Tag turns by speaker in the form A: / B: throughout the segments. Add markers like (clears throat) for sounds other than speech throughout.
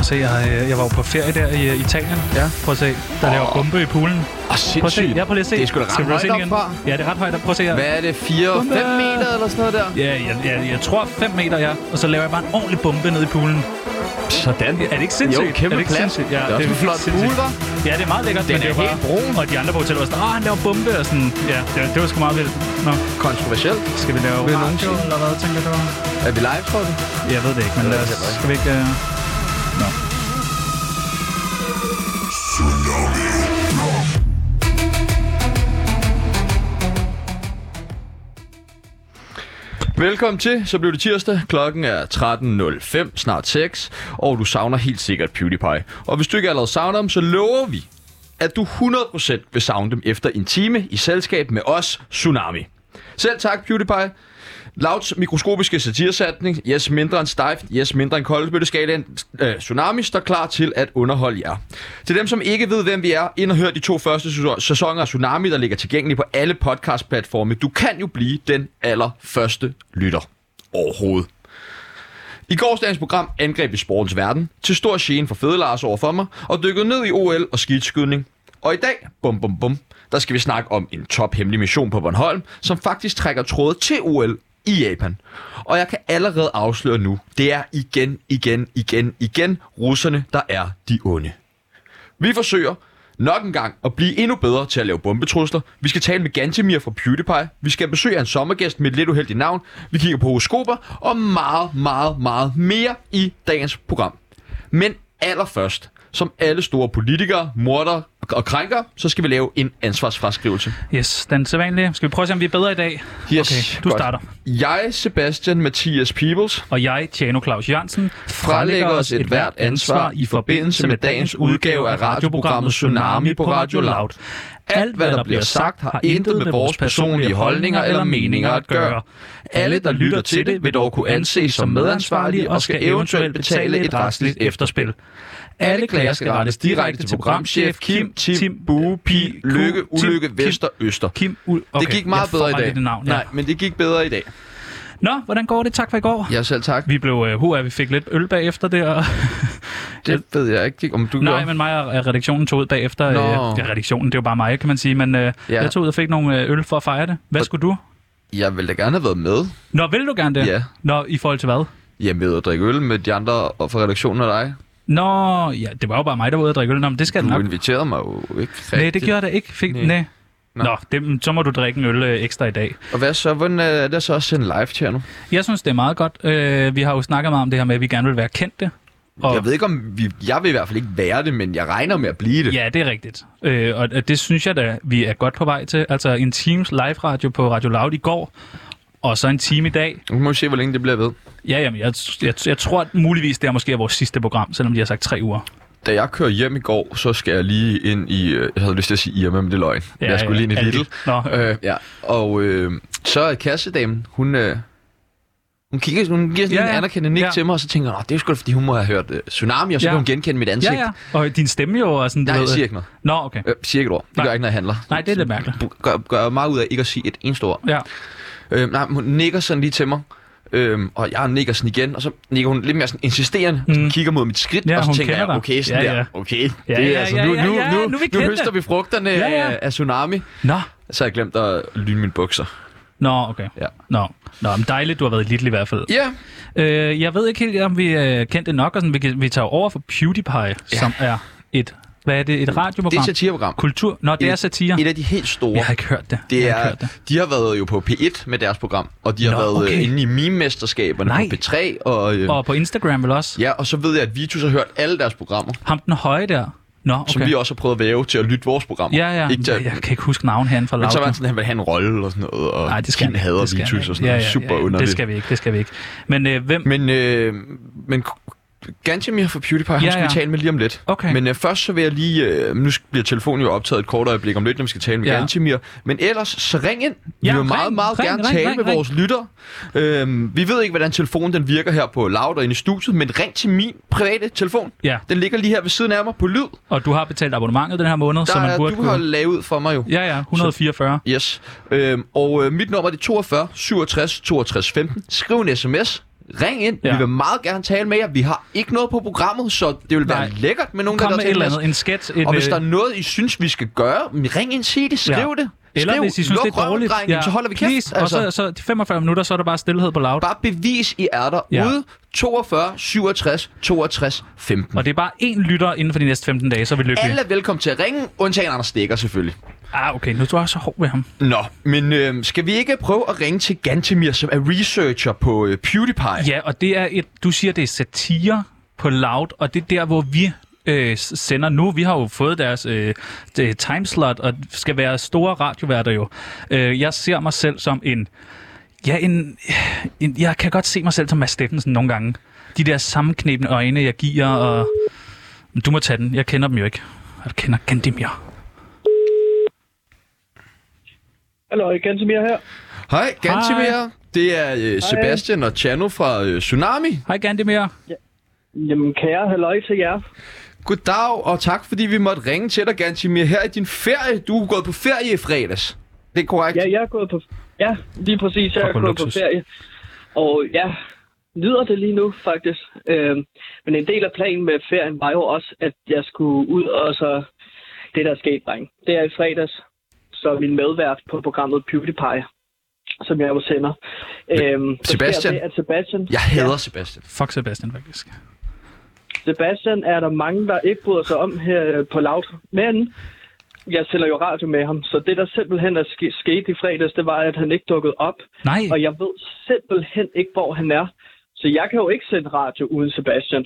A: at se, jeg, havde- jeg var jo på ferie der i øh, Italien.
B: Ja.
A: Prøv at se, der laver bombe i poolen.
B: Åh,
A: Prøv at se,
B: sindssygt.
A: ja, prøv lige at se.
B: Det er sgu da ret
A: Skal vi prøve at se
B: højt
A: den
B: opfra.
A: igen? Ja, det er ret højt. Prøv at se her.
B: Hvad er det? 4 5
A: Bombe.
B: meter eller sådan noget der?
A: Ja, jeg, jeg, jeg tror 5 meter, ja. Og så laver jeg bare en ordentlig bombe ned i poolen.
B: Sådan.
A: Er det ikke sindssygt?
B: Jo, kæmpe
A: er det ikke
B: plat.
A: sindssygt? Ja,
B: det er også en
A: helt
B: flot
A: sindssygt.
B: pool, hva'?
A: Ja, det er meget lækkert,
B: Den
A: men det
B: er
A: er jo bare...
B: helt brun.
A: Og de andre på hotellet var sådan, åh, han laver bombe og sådan... Ja, det, var- det var sgu meget vildt. Nå,
B: Kontroversielt.
A: skal vi lave
B: Vil nogen
A: radio
B: sige-
A: eller hvad, tænker du?
B: Er vi live, tror du?
A: Jeg ved det ikke, men
B: Jeg ved
A: lad
B: det
A: os...
B: heller ikke.
A: Skal vi ikke... Uh... Nå.
B: Velkommen til, så blev det tirsdag. Klokken er 13.05, snart 6, og du savner helt sikkert PewDiePie. Og hvis du ikke allerede savner dem, så lover vi, at du 100% vil savne dem efter en time i selskab med os, Tsunami. Selv tak, PewDiePie. Louds mikroskopiske satirsatning, yes mindre end stejft, yes mindre end koldbøtteskalaen, øh, Tsunami står klar til at underholde jer. Til dem, som ikke ved, hvem vi er, ind og hør de to første sæso- sæsoner af Tsunami, der ligger tilgængelige på alle podcastplatforme. Du kan jo blive den allerførste lytter overhovedet. I gårsdagens program angreb vi sportens verden, til stor gene for Fede Lars over for mig, og dykkede ned i OL og skidskydning. Og i dag, bum bum bum, der skal vi snakke om en tophemmelig mission på Bornholm, som faktisk trækker tråde til OL i Japan. Og jeg kan allerede afsløre nu, det er igen, igen, igen, igen russerne, der er de onde. Vi forsøger nok en gang at blive endnu bedre til at lave bombetrusler. Vi skal tale med Gantemir fra PewDiePie. Vi skal besøge en sommergæst med et lidt uheldigt navn. Vi kigger på horoskoper og meget, meget, meget mere i dagens program. Men allerførst, som alle store politikere, morder og krænker, så skal vi lave en ansvarsfraskrivelse.
A: Yes, den sædvanlige. Skal vi prøve at se, om vi er bedre i dag?
B: Yes,
A: okay, du
B: godt.
A: starter.
B: Jeg, Sebastian Mathias Peebles,
A: Og jeg, Tjano Claus Jørgensen,
B: frelægger os et hvert ansvar i forbindelse med dagens udgave af radioprogrammet Tsunami på Radio Loud. Alt, hvad der bliver sagt, har intet med vores personlige holdninger eller meninger at gøre. Alle, der lytter til det, vil dog kunne anses som medansvarlige og skal eventuelt betale et retsligt efterspil. Alle klager skal rettes direkte til programchef Kim, Tim, Bue, Pi, Lykke, Ulykke, Vester, Øster.
A: Kim, Ul... Okay,
B: Det gik meget
A: jeg får
B: bedre i
A: aldrig
B: dag.
A: Det navn, ja.
B: Nej, men det gik bedre i dag.
A: Nå, hvordan går det? Tak for i går.
B: Ja, selv tak.
A: Vi blev øh, HR, vi fik lidt øl bagefter det,
B: (laughs)
A: og
B: Det ved jeg ikke, om du
A: Nej,
B: gjorde.
A: men mig og øh, redaktionen tog ud bagefter.
B: Nå.
A: Øh, ja, redaktionen, det var bare mig, kan man sige. Men øh,
B: Ja.
A: jeg tog ud og fik nogle øh, øl for at fejre det. Hvad
B: Og-
A: skulle du?
B: Jeg ville da gerne have været med.
A: Nå, vil du gerne det?
B: Ja.
A: Nå, i forhold til hvad?
B: Jeg med at drikke øl med de andre og fra redaktionen og dig.
A: Nå, ja, det var jo bare mig, der var ude og drikke øl. Nå, men det skal
B: Du
A: den nok.
B: inviterede mig jo ikke rigtigt.
A: Nej, det gjorde jeg da ikke. Fik...
B: Nej.
A: Nej. Næ.
B: Nå.
A: Nå, det, så må du drikke en øl øh, ekstra i dag.
B: Og hvad så? Hvordan øh, er det så også en live her nu?
A: Jeg synes, det er meget godt. Øh, vi har jo snakket meget om det her med, at vi gerne vil være kendte.
B: Og... Jeg ved ikke, om vi... Jeg vil i hvert fald ikke være det, men jeg regner med at blive
A: (laughs)
B: det.
A: Ja, det er rigtigt. Øh, og og det synes jeg da, vi er godt på vej til. Altså en times live-radio på Radio Loud i går, og så en time i dag.
B: Nu må vi se, hvor længe det bliver ved.
A: Ja, jamen, jeg, jeg, jeg tror at muligvis, det er måske vores sidste program, selvom de har sagt tre uger.
B: Da jeg kører hjem i går, så skal jeg lige ind i... øh, Jeg havde lyst til at sige Irma, men det er løgn. Ja, jeg skulle lige ind i
A: Aldi.
B: Lidl.
A: Nå,
B: (laughs) Øh, ja. Og øh, så er kassedamen, hun... Øh, hun, kigger, hun giver sådan
A: Ja,
B: ja, en
A: ja.
B: anerkendende nik ja.
A: Ja.
B: til mig, og så tænker jeg, "Nå, det er sgu da, fordi hun må have hørt øh, Tsunami, og så ja.
A: Ja.
B: kan hun genkende mit ansigt.
A: ja, ja. Og din stemme jo er sådan... du
B: Nej,
A: ved-
B: jeg siger ikke noget.
A: Nå, okay.
B: Øh, siger ikke et ord. Det gør
A: Nej.
B: jeg ikke, når jeg handler.
A: Nej, det er lidt mærkeligt.
B: Gør, gør meget ud af ikke at sige et eneste ord.
A: Ja.
B: Øh, nej, men hun nikker sådan lige til mig. Øhm, og jeg nikker sådan igen, og så nikker hun lidt mere sådan insisterende, mm. sådan
A: Mm.
B: kigger mod mit skridt,
A: Ja,
B: og så
A: hun
B: tænker jeg,
A: kender dig.
B: okay, sådan
A: Ja,
B: der,
A: ja.
B: okay,
A: Ja,
B: det er
A: ja,
B: altså,
A: ja,
B: nu,
A: ja,
B: nu,
A: ja,
B: nu,
A: nu er vi
B: nu
A: kendte.
B: høster vi frugterne ja,
A: Ja,
B: ja.
A: ja.
B: af tsunami.
A: Nå,
B: Så har jeg glemt at lyne mine bukser.
A: Nå okay.
B: Ja.
A: Nå. Nå, men dejligt, du har været i Lidl i hvert fald.
B: Ja,
A: Øh, jeg ved ikke helt, om vi øh, kendte nok, og sådan, vi, kan- vi tager over for PewDiePie, ja. som er et... Hvad er det? Et
B: det er
A: radioprogram?
B: et satireprogram.
A: Kultur? Nå, det
B: Et-
A: er satire.
B: Et af de helt store.
A: Jeg har ikke hørt det.
B: Det
A: jeg har ikke
B: er,
A: hørt det.
B: de har været jo på P1 med deres program, og de har
A: Nå,
B: været okay.
A: okay.
B: inde i meme-mesterskaberne
A: Nej.
B: på P3, og, øh,
A: Og på Instagram vel også.
B: ja, og så ved jeg, at Vitus har hørt alle deres programmer,
A: Ham den høje der. Nå, okay.
B: som vi også har prøvet at væve til at lytte vores programmer.
A: Ja, ja.
B: Ikke til,
A: Jeg, jeg kan ikke huske navnet herinde fra
B: Men så var
A: Loud.
B: han sådan, at han ville have en rolle og sådan noget, og
A: Nej, det skal
B: Kim
A: han ikke.
B: hader
A: Det skal han
B: Vitus
A: ikke.
B: og sådan noget. Super underligt.
A: Det skal vi ikke, det skal vi ikke. Men øh, hvem...
B: Men, øh, men Gantemir fra PewDiePie, ja,
A: Ja,
B: ham skal ja.
A: ja.
B: vi tale med lige om lidt.
A: Okay.
B: Men øh, først så vil jeg lige... Øh, nu sk- bliver telefonen jo optaget et kort øjeblik om lidt, når vi skal tale med ja.
A: Ja.
B: Gantemir. Men ellers, så ring ind. Vi
A: Ja,
B: vil
A: ring,
B: meget, meget
A: ring,
B: gerne
A: ring,
B: tale
A: ring,
B: med
A: ring.
B: vores lytter. Øhm, vi ved ikke, hvordan telefonen den virker her på Loud og inde i studiet, men ring til min private telefon.
A: Ja,
B: Den ligger lige her ved siden af mig på lyd.
A: og du har betalt abonnementet den her måned, så
B: Der
A: man
B: er,
A: burde
B: du har
A: kunne...
B: lavet ud for mig jo.
A: Ja, ja, 144.
B: Yes. Øhm, og øh, mit nummer det er 42 67 62 15. Skriv en sms Ring ind. Ja.
A: Ja.
B: Vi vil meget gerne tale med jer. Vi har ikke noget på programmet, så det vil være Nej.
A: Nej.
B: lækkert med nogen,
A: Kom
B: der
A: med et eller
B: med
A: andet, en sketch, en,
B: Og hvis
A: øh,
B: der er noget, I synes, vi skal gøre, ring ind, sig det, skriv
A: Ja.
B: ja. det. Skriv,
A: Eller hvis I synes,
B: luk
A: det er
B: røven,
A: dårligt,
B: drenge, så holder vi kæft.
A: Please, altså. Og så, så de 45 minutter, så er der bare stillhed på loud.
B: Bare bevis, I er der
A: Ja.
B: ude. 42, 67, 62, 15.
A: Og det er bare én lytter inden for de næste 15 dage, så er vi lykkelige.
B: Alle er velkommen til at ringe, undtagen Anders Stikker selvfølgelig.
A: Ah, okay, nu tror jeg så hård ved ham.
B: Nå, men øh, skal vi ikke prøve at ringe til Gantemir, som er researcher på øh, PewDiePie?
A: Ja, og det er et, du siger, det er satire på loud, og det er der, hvor vi øh, s- sender nu. Vi har jo fået deres øh, det- timeslot, og skal være store radioværter jo. Øh, jeg ser mig selv som en... Ja, en, en, jeg kan godt se mig selv som Mads Steffensen nogle gange. De der sammenknebende øjne, jeg giver, og... Du må tage den. Jeg kender dem jo ikke. Og du kender Gandimir.
C: Hallo, Gantemir her.
B: Hej, Gantemir. Det er øh, Sebastian og Chano fra øh, Tsunami.
A: Hej Gandimir.
C: Jamen, kære halløj til jer.
B: Goddag, og tak fordi vi måtte ringe til dig, Gantemir. Her i din ferie. Du er gået på ferie i fredags. Det er korrekt.
C: Ja, jeg er gået på... Ja, lige præcis. Jeg
A: Fuck, hvor
C: er gået på
A: luksus.
C: ferie. Og ja, nyder det lige nu, faktisk. Øhm, men en del af planen med ferien var jo også, at jeg skulle ud og så... Det, der er sket, dreng. Det er i fredags. Så min medvært på programmet PewDiePie, som jeg jo sender. Øhm, så sker
B: Sebastian?
C: Det, at Sebastian,
B: Jeg hader ja. Sebastian.
A: Fuck Sebastian, faktisk.
C: Sebastian er der mange, der ikke bryder sig om her øh, på Loud. Men jeg sælger jo radio med ham, så det der simpelthen er ske- sket i fredags, det var, at han ikke dukkede op.
A: Nej,
C: Og jeg ved simpelthen ikke, hvor han er. Så jeg kan jo ikke sende radio uden Sebastian.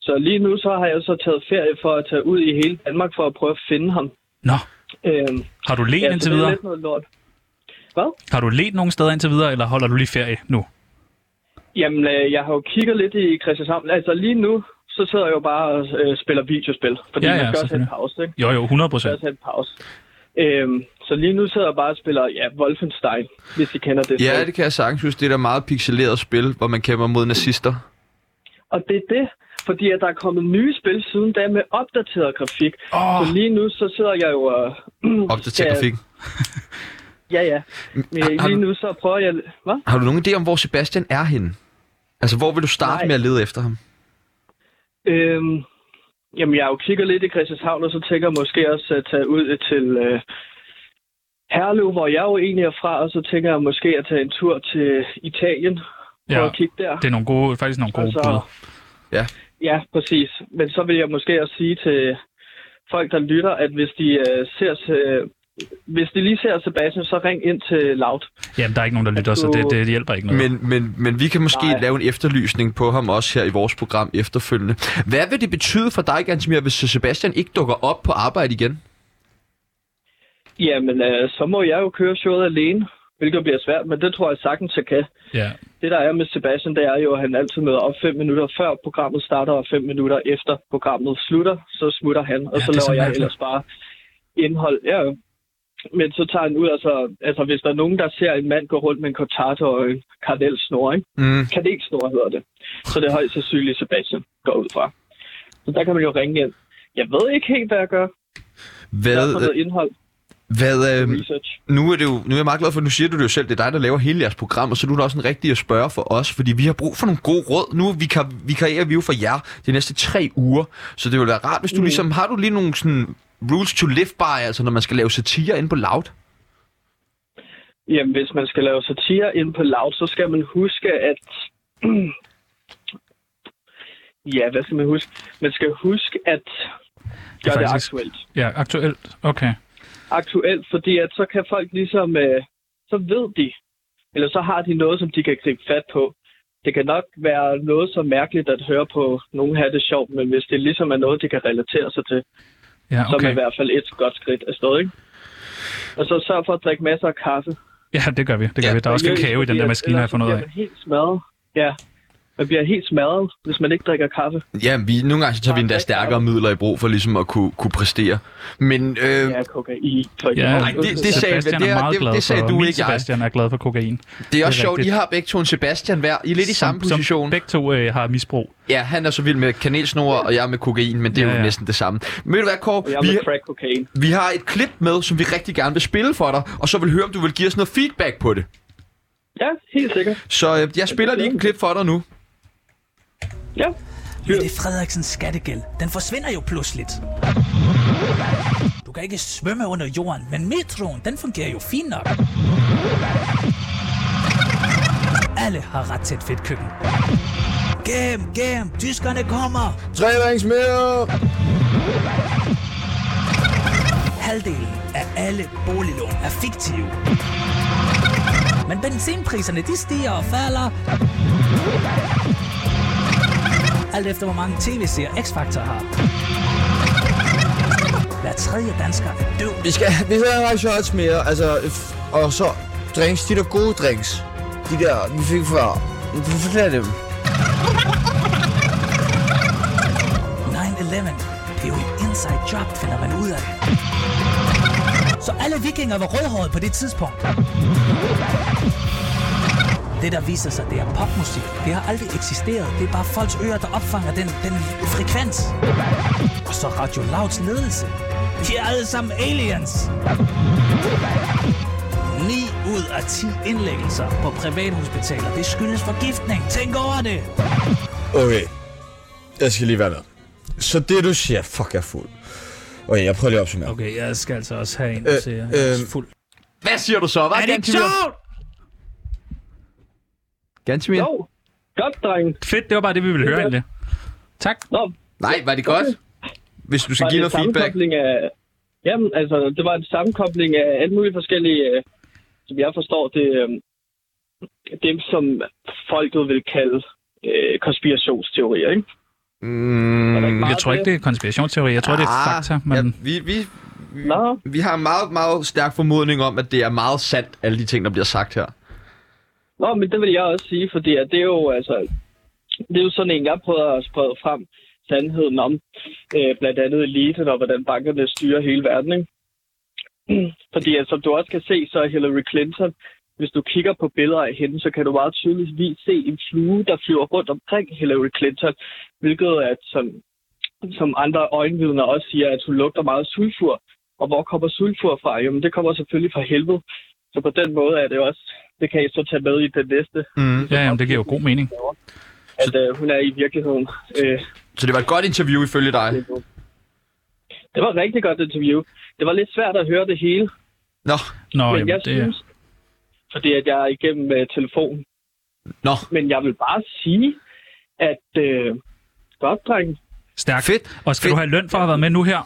C: Så lige nu så har jeg så taget ferie for at tage ud i hele Danmark for at prøve at finde ham.
A: nå.
C: Øhm,
A: Har du let
C: ja,
A: ja,
C: så
A: indtil
C: det er
A: videre?
C: lidt noget lort. Hvad?
A: Har du let nogen steder indtil videre, eller holder du lige ferie nu?
C: Jamen, øh, jeg har jo kigget lidt i Christianshavn. Altså lige nu, så sidder jeg jo bare og øh, spiller videospil. Fordi
A: Ja,
C: ja, ja, man
A: ja,
C: skal også have en
A: selvfølgelig.
C: pause, ikke?
A: Jo, jo, 100
C: skal
A: procent.
C: også have en pause. Øhm, så lige nu sidder jeg bare og spiller ja, Wolfenstein, hvis I kender det.
B: Ja, det kan jeg sagtens huske. Det er da meget pixeleret spil, hvor man kæmper mod nazister.
C: Og det er det, fordi at der er kommet nye spil siden da med opdateret grafik.
A: Åh.
C: Så lige nu så sidder jeg jo og...
B: Opdater
C: Ja.
B: grafik.
C: Ja, ja. Men
B: har- har
C: lige
B: du-
C: nu så prøver jeg... Hvad?
B: Har du nogen idé om, hvor Sebastian er henne? Altså, hvor vil du starte
C: Nej.
B: med at lede efter ham?
C: Øhm, jamen, jeg har jo kigget lidt i Christianshavn, og så tænker jeg måske også at tage ud til øh, Herlev, hvor jeg jo egentlig er fra, og så tænker jeg måske at tage en tur til Italien for
A: Ja.
C: at kigge der.
A: Det er nogle gode, faktisk nogle gode
C: Og så-
A: bud.
B: Ja.
C: Ja, præcis. Men så vil jeg måske også sige til folk, der lytter, at hvis de, øh, ser, øh, hvis de lige ser Sebastian, så ring ind til Loud.
A: Jamen, der er ikke nogen, der lytter, så det, det hjælper ikke noget.
B: Men, men, men vi kan måske Nej.
C: Nej.
B: lave en efterlysning på ham også her i vores program efterfølgende. Hvad vil det betyde for dig, Gansmir, hvis Sebastian ikke dukker op på arbejde igen?
C: Jamen, øh, så må jeg jo køre showet alene, hvilket bliver svært, men det tror jeg sagtens, jeg kan.
A: Ja.
C: Det, der er med Sebastian, det er jo, at han altid møder op fem minutter før programmet starter, og fem minutter efter programmet slutter, så smutter han, og
A: Ja,
C: ja, så
A: det er så
C: laver jeg
A: mærkeligt.
C: ellers bare indhold. Ja, jo. men så tager han ud, altså, altså hvis der er nogen, der ser en mand gå rundt med en cortato og en kardelsnor, ikke?
B: Mm.
C: kanelsnor hedder det. Så det er højst sandsynligt Sebastian går ud fra. Så der kan man jo ringe ind. Jeg ved ikke helt, hvad jeg gør. Jeg har
B: Hvad,
C: noget indhold
B: hvad, øh,
C: research.
B: nu er, det jo, nu er jeg meget glad for, at nu siger du det jo selv, det er dig, der laver hele jeres program, og så er du da også en rigtig at spørge for os, fordi vi har brug for nogle gode råd. Nu vikar, vikarierer vi jo for jer de næste tre uger, så det ville være rart, hvis du mm. ligesom, har du lige nogle sådan rules to live by, altså når man skal lave satire inde på Loud?
C: Jamen, hvis man skal lave satire ind på lav, så skal man huske, at... (clears throat) ja, hvad skal man huske? Man skal huske, at gøre det
A: faktisk-
C: aktuelt.
A: ja, aktuelt. Okay.
C: Aktuelt, fordi at så kan folk ligesom... Øh, så ved de, eller så har de noget, som de kan gribe fat på. Det kan nok være noget så mærkeligt at høre på, nogen har det sjovt, men hvis det ligesom er noget, de kan relatere sig til,
A: Ja,
C: så er man i
A: okay.
C: hvert fald et godt skridt afsted, ikke? Og så sørg for at drikke masser af kaffe.
A: Ja, det gør vi. Det gør
B: Ja,
A: vi. Der er også
C: Seriøst,
A: kakao i den
C: fordi
A: der
C: at
A: maskine, har jeg
C: ellers
A: fundet ud
C: bliver
A: af.
C: Man helt smadret. Ja, man bliver helt smadret, hvis man ikke drikker kaffe.
B: Ja, vi, nogle gange så tager vi endda stærkere midler i brug for ligesom at kunne, kunne præstere. Men øh,
C: Ja, kokain. For
A: Ja,
C: eksempel.
B: Nej, det- det- sagde-
A: Sebastian
B: det
A: er
B: er-
A: meget
B: det-
A: glad
B: det sagde
A: for.
B: du
A: Min
B: ikke, jeg.
A: Sebastian er glad for kokain.
B: det er også
A: det er
B: sjovt, I
A: rigtigt.
B: har begge to en Sebastian hver. I er lidt i samme
A: som,
B: position.
A: Som begge to øh, har misbrug.
B: Ja, han er så vild med kanelsnore, og jeg er med kokain, men det er
A: Ja,
B: jo
A: ja.
B: næsten det samme. Men ved du hvad,
C: Og jeg
B: Kåre?
C: er
B: Vi,
C: med crack kokain.
B: vi har et klip med, som vi rigtig gerne vil spille for dig, og så vil høre, om du vil give os noget feedback på det.
C: Ja, helt sikkert.
B: Så øh, jeg spiller lige et klip for dig nu.
C: Ja.
D: Mette Frederiksens skattegæld, den forsvinder jo pludseligt. Du kan ikke svømme under jorden, men metroen, den fungerer jo fint nok. Alle har ret til et fedt køkken. Gem, gem, tyskerne kommer.
E: Tre rings mere!
D: Halvdelen af alle boliglån er fiktive. Men benzinpriserne, de stiger og falder. Alt efter, hvor mange tv-serier X-Factor har. Hver tredje dansker er død.
E: Vi skal, vi skal have en række shots mere, altså, f- og så drinks, de der gode drinks. De der, vi fik før. Du får flere af dem.
D: 9-11. Det er jo et inside job, finder man ud af. Så alle vikinger var rødhårede på det tidspunkt. Det, der viser sig, det er popmusik. Det har aldrig eksisteret. Det er bare folks ører, der opfanger den, den frekvens. Og så Radio Louds ledelse. De er alle sammen aliens. 9 ud af 10 indlæggelser på privathospitaler, det skyldes forgiftning. Tænk over det.
E: Okay. Jeg skal lige være med. Så det du siger, fuck, jeg er fuld. Okay, jeg prøver lige at opsummere.
A: Okay, jeg skal altså også have en,
E: Øh,
A: der siger, at jeg er
E: øh,
A: fuld.
B: Hvad siger du så? Hvad
A: Er det ikke sjovt?
B: Gantimir?
C: Jo. Godt, dreng.
A: Fedt, det var bare det, vi ville høre egentlig. Tak.
C: Nå,
B: Nej, var det godt? Hvis du skal
C: var
B: give
C: det
B: noget feedback.
C: sammenkobling af... Jamen, altså, det var en sammenkobling af alle mulige forskellige, øh, som jeg forstår, det øh, dem, som folket vil kalde øh, konspirationsteorier, ikke?
B: Mm,
C: Var der ikke meget
A: Jeg tror
C: af
A: ikke, det er konspirationsteori. Jeg tror, det
B: Ah,
A: er fakta. Men...
B: ja, vi, vi,
C: Nå,
B: vi har en meget, meget stærk formodning om, at det er meget sandt, alle de ting, der bliver sagt her.
C: Nå, men det vil jeg også sige, fordi at det er jo, altså, det er jo sådan en, jeg prøver at sprede frem sandheden om, øh, blandt andet eliten og hvordan bankerne styrer hele verden. Ikke? (clears throat) Fordi at, som du også kan se, så er Hillary Clinton, hvis du kigger på billeder af hende, så kan du meget tydeligvis se en flue, der flyver rundt omkring Hillary Clinton, hvilket er, som, som andre øjenvidner også siger, at hun lugter meget af sulfur. Og hvor kommer sulfur fra? Jamen, det kommer selvfølgelig fra helvede. Så på den måde er det også, det kan I så tage med i det næste,
B: Mm.
A: Ja, jamen, det giver jo god mening.
C: at øh, hun er i virkeligheden øh,
B: Så det var et godt interview ifølge dig.
C: niveau. Det var et rigtig godt interview. Det var lidt svært at høre det hele,
B: Nå,
A: Nå,
C: men
A: jamen,
C: jeg
A: det er...
C: synes, fordi at jeg er igennem øh, telefonen.
B: nå.
C: Men jeg vil bare sige, at øh, godt, dreng.
A: Stærkt.
B: Fedt.
A: Og skal
B: Fedt.
A: du have løn for at have været med nu her?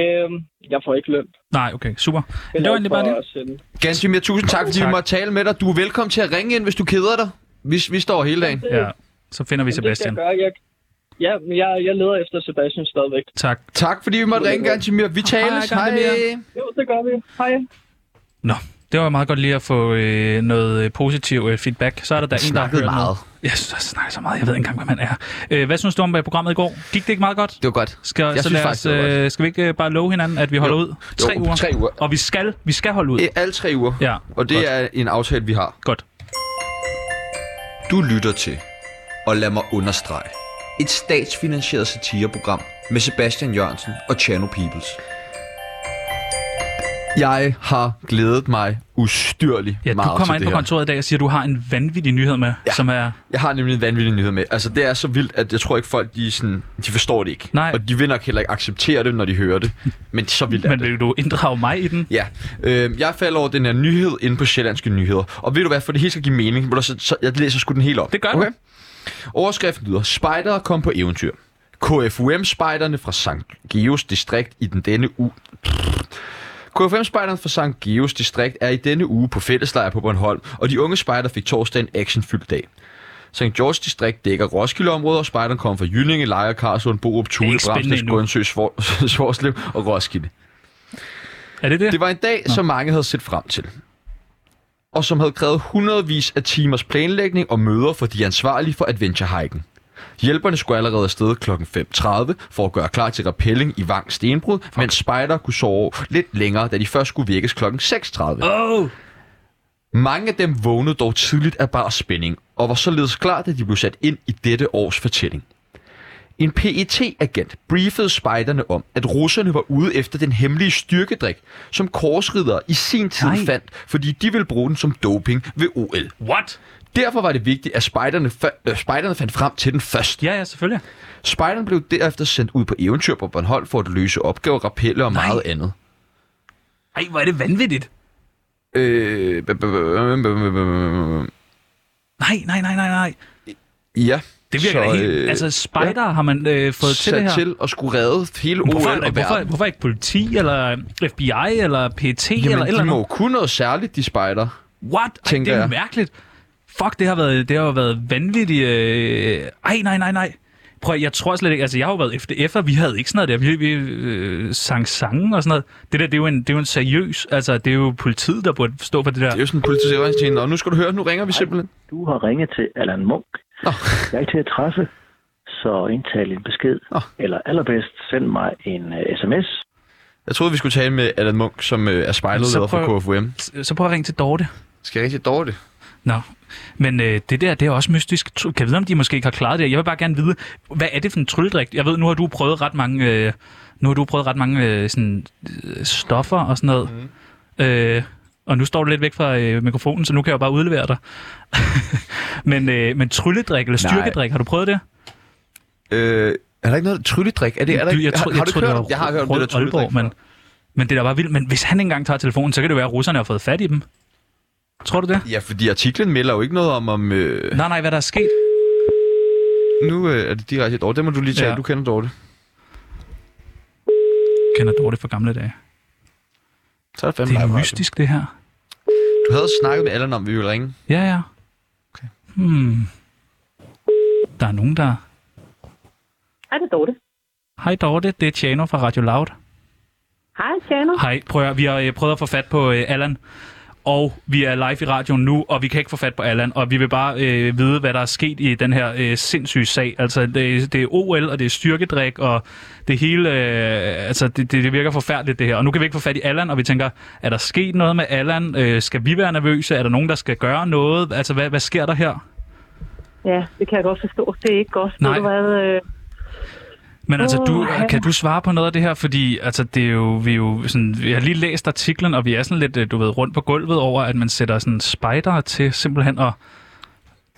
C: Øh, jeg får ikke løn.
A: Nej, okay, super. Men det var egentlig bare
C: for
A: det.
C: at sende.
B: Gansimir, tusind tak, fordi vi
A: Tak.
B: måtte tale med dig. Du er velkommen til at ringe ind, hvis du keder dig. Vi, vi står hele dagen.
A: Ja, så finder vi
C: Mm. Det skal
A: Sebastian.
C: jeg gøre. Jeg, ja, men jeg, jeg leder efter Sebastian stadigvæk.
A: Tak.
B: Tak, fordi vi måtte ringe, Gantimir. Vi tales. Hej,
A: Gantimir.
C: Jo, det gør vi. Hej.
A: Nå, det var meget godt lige at få øh, noget øh, positiv øh, feedback. Så er der da en, der har
B: Snakkede
A: hørt
B: meget.
A: noget. Jeg synes, jeg snakker så meget. Jeg ved ikke engang, hvad man er. Øh, hvad synes du om øh, programmet i går? Gik det ikke meget godt?
B: Det var godt.
A: Skal,
B: Jeg
A: så
B: synes
A: lad
B: faktisk,
A: os,
B: det var
A: øh, skal vi ikke øh, bare love hinanden, at vi holder
B: Jo.
A: ud? Tre
B: Jo,
A: uger.
B: tre uger.
A: Og vi skal, vi skal holde ud.
B: I alle tre uger.
A: Ja,
B: Og det
A: godt.
B: er en aftale, vi har.
A: Godt.
B: Du lytter til, og lad mig understrege, et statsfinansieret satireprogram med Sebastian Jørgensen og Chano Peoples. Jeg har glædet mig ustyrligt
A: Ja, du
B: meget
A: kommer
B: til
A: ind
B: det
A: på
B: her.
A: kontoret i dag og siger, at du har en vanvittig nyhed med, ja. som er...
B: Jeg har nemlig en vanvittig nyhed med. Altså, det er så vildt, at jeg tror ikke, folk de, er sådan, de forstår det ikke.
A: Nej.
B: Og de vil nok heller ikke acceptere det, når de hører det. Men så vildt er
A: Men
B: det.
A: vil du inddrage mig i den?
B: Ja, øh, jeg falder over den her nyhed inde på Sjællandske Nyheder. Og ved du hvad, for det hele skal give mening, ved du, så, så jeg læser sgu den helt op.
A: Det gør du.
B: okay? Overskriften lyder, Spejdere kom på eventyr. KFUM-spejderne fra St. Geos distrikt i den denne uge... KFM-spejderne fra St. Geos distrikt er i denne uge på fælleslejr på Bornholm, og de unge spejder fik torsdag en actionfyldt dag. St. George distrikt dækker Roskilde-området, og spejderne kommer fra Jyllinge, Lejre, Karlsund, Borup, Thule,
A: ikke spændende
B: Bramsnæs,
A: endnu.
B: Grundsø, Svor- (laughs) Svorslev og Roskilde.
A: Er det det?
B: Det var en dag, Nå. som mange havde set frem til. Og som havde krævet hundredvis af timers planlægning og møder for de ansvarlige for adventure hiken. Hjælperne skulle allerede afsted kl. 5.30 for at gøre klar til rappelling i Vang Stenbrud, mens spejder kunne sove lidt længere, da de først skulle vækkes kl. 6.30.
A: Oh!
B: Mange af dem vågnede dog tidligt af bare spænding, og var således klar, da de blev sat ind i dette års fortælling. En PET-agent briefede spejderne om, at russerne var ude efter den hemmelige styrkedrik, som korsridere i sin tid
A: Nej.
B: fandt, fordi de ville bruge den som doping ved OL.
A: What?
B: Derfor var det vigtigt, at spejderne, fa- øh, spejderne fandt frem til den først.
A: Ja, ja, selvfølgelig.
B: Spejderne blev derefter sendt ud på eventyr på Bornholm for at løse opgaver, rappeller og
A: Nej.
B: meget andet.
A: Ej, hvor er det vanvittigt.
B: Øh, bum, bum, bum, bum, bum.
A: Nej, nej, nej, nej, nej.
B: ja. øh,
A: Det virker da helt... altså, spider ja. har man øh, fået til det her.
B: til at skulle redde hele OL
A: Hvorfor,
B: og
A: er der-
B: verden.
A: hvorfor, hvorfor ikke politi, eller øh, FBI, eller PT,
B: Jamen,
A: eller et eller
B: de må
A: andet?
B: jo kunne noget særligt, de spejder.
A: What? Ej, det
B: tænker
A: er
B: jeg.
A: mærkeligt. Fuck, det har været, det har jo været vanvittigt. Øh... Ej, nej, nej, nej. Prøv, at- jeg tror slet ikke, altså jeg har jo været FDF'er, vi havde ikke sådan noget der, vi, vi øh, sang sange og sådan noget. Det der, det er jo en, det er jo en seriøs, altså det er jo politiet, der burde stå for det der.
B: Det er jo sådan en politisering, og nu skal du høre, nu ringer vi simpelthen.
F: Du har ringet til Allan Munk.
B: Nå.
F: Jeg er ikke til at træffe, så indtal en besked.
B: Nå.
F: Eller allerbedst, send mig en uh, sms.
B: Jeg troede, vi skulle tale med Allan Munk, som øh, er spejderleder
A: Så prøv-
B: for KFUM.
A: Så prøv at ringe til Dorte.
B: Skal jeg rigtig dårligt?
A: Nå, men øh, det der, det er også mystisk. Tr- Kan jeg vide, om de måske ikke har klaret det? Jeg vil bare gerne vide, hvad er det for en trylledrik? Jeg ved, nu har du prøvet ret mange, øh, nu har du prøvet ret mange øh, sådan, øh, stoffer og sådan noget.
B: Mhm.
A: Mm. Øh, og nu står du lidt væk fra øh, mikrofonen, så nu kan jeg jo bare udlevere dig. (laughs) men, øh, men trylledrik eller
B: Nej.
A: styrkedrik, har du prøvet det?
B: Øh, er der ikke noget trylledrik? Er det, er der ikke, har, har du ikke hørt om?
A: var
B: Jeg har hørt om det der
A: Rød- Aalborg,
B: trylledrik.
A: men, men det er da bare vildt. Men hvis han ikke engang tager telefonen, så kan det være, at russerne har fået fat i dem. Tror du det?
B: Ja, fordi artiklen melder jo ikke noget om, om øh,
A: Nej, nej, hvad der er sket.
B: nu øh, er det direkte Dorte. Det må du lige tage,
A: Ja.
B: ja. du kender Dorte.
A: Kender Dorte fra gamle dage.
B: Så er det fandme
A: Det er
B: live radio.
A: mystisk, det her.
B: Du havde snakket med Allan om, at vi ville ringe.
A: Ja, ja. Okay. Hmm. Der er nogen, der...
G: Hej, det er Dorte.
A: Hej Dorte, det er Tjano fra Radio Loud.
G: Hej, Tjano.
A: Hej, prøv at, høre, vi har øh, prøvet at få fat på øh, Allan, og vi er live i radioen nu, og vi kan ikke få fat på Allan, og vi vil bare øh, vide, hvad der er sket i den her øh, sindssyge sag. Altså, det, det er OL, og det er styrkedrik, og det hele, øh, altså, det, det, det virker forfærdeligt, det her. Og nu kan vi ikke få fat i Allan, og vi tænker, er der sket noget med Allan? Øh, skal vi være nervøse? Er der nogen, der skal gøre noget? Altså, hvad, hvad sker der her?
G: Ja, det kan jeg godt forstå. Det er ikke godt.
A: Nej.
G: Ved Du hvad, øh,
A: Men altså, du,
G: Åh, ja.
A: kan du svare på noget af det her? Fordi altså, det er jo, vi, er jo sådan, vi har lige læst artiklen, og vi er sådan lidt øh, du ved, rundt på gulvet over, at man sætter sådan spejder til simpelthen og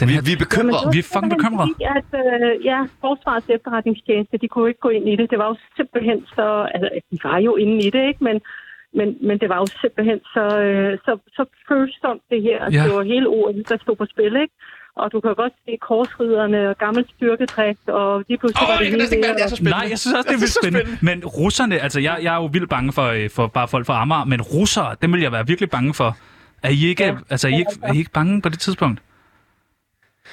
A: den
B: Vi,
A: her,
B: vi er bekymrede.
A: vi er fucking bekymrede.
G: Fordi, at, øh, ja, Forsvarets efterretningstjeneste, de kunne jo ikke gå ind i det. Det var jo simpelthen så... Altså, de var jo inde i det, ikke? Men, men, men det var jo simpelthen så, øh, så, så følsomt, det her.
A: Ja.
G: Ja. Det var hele ordet, der stod på spil, ikke? Og du kan godt se korsriderne og gammel styrkedrækt, og de pludselig
B: Åh,
G: var det
B: jeg kan næsten ikke være, det er så spændende.
A: Nej, jeg synes også, det er vildt
B: så
A: spændende. Men russerne, altså jeg, jeg er jo vildt bange for, øh, for bare folk fra Amager, men russere, dem vil jeg være virkelig bange for. Er I ikke, ja. altså, er I ikke, er I ikke bange på det tidspunkt?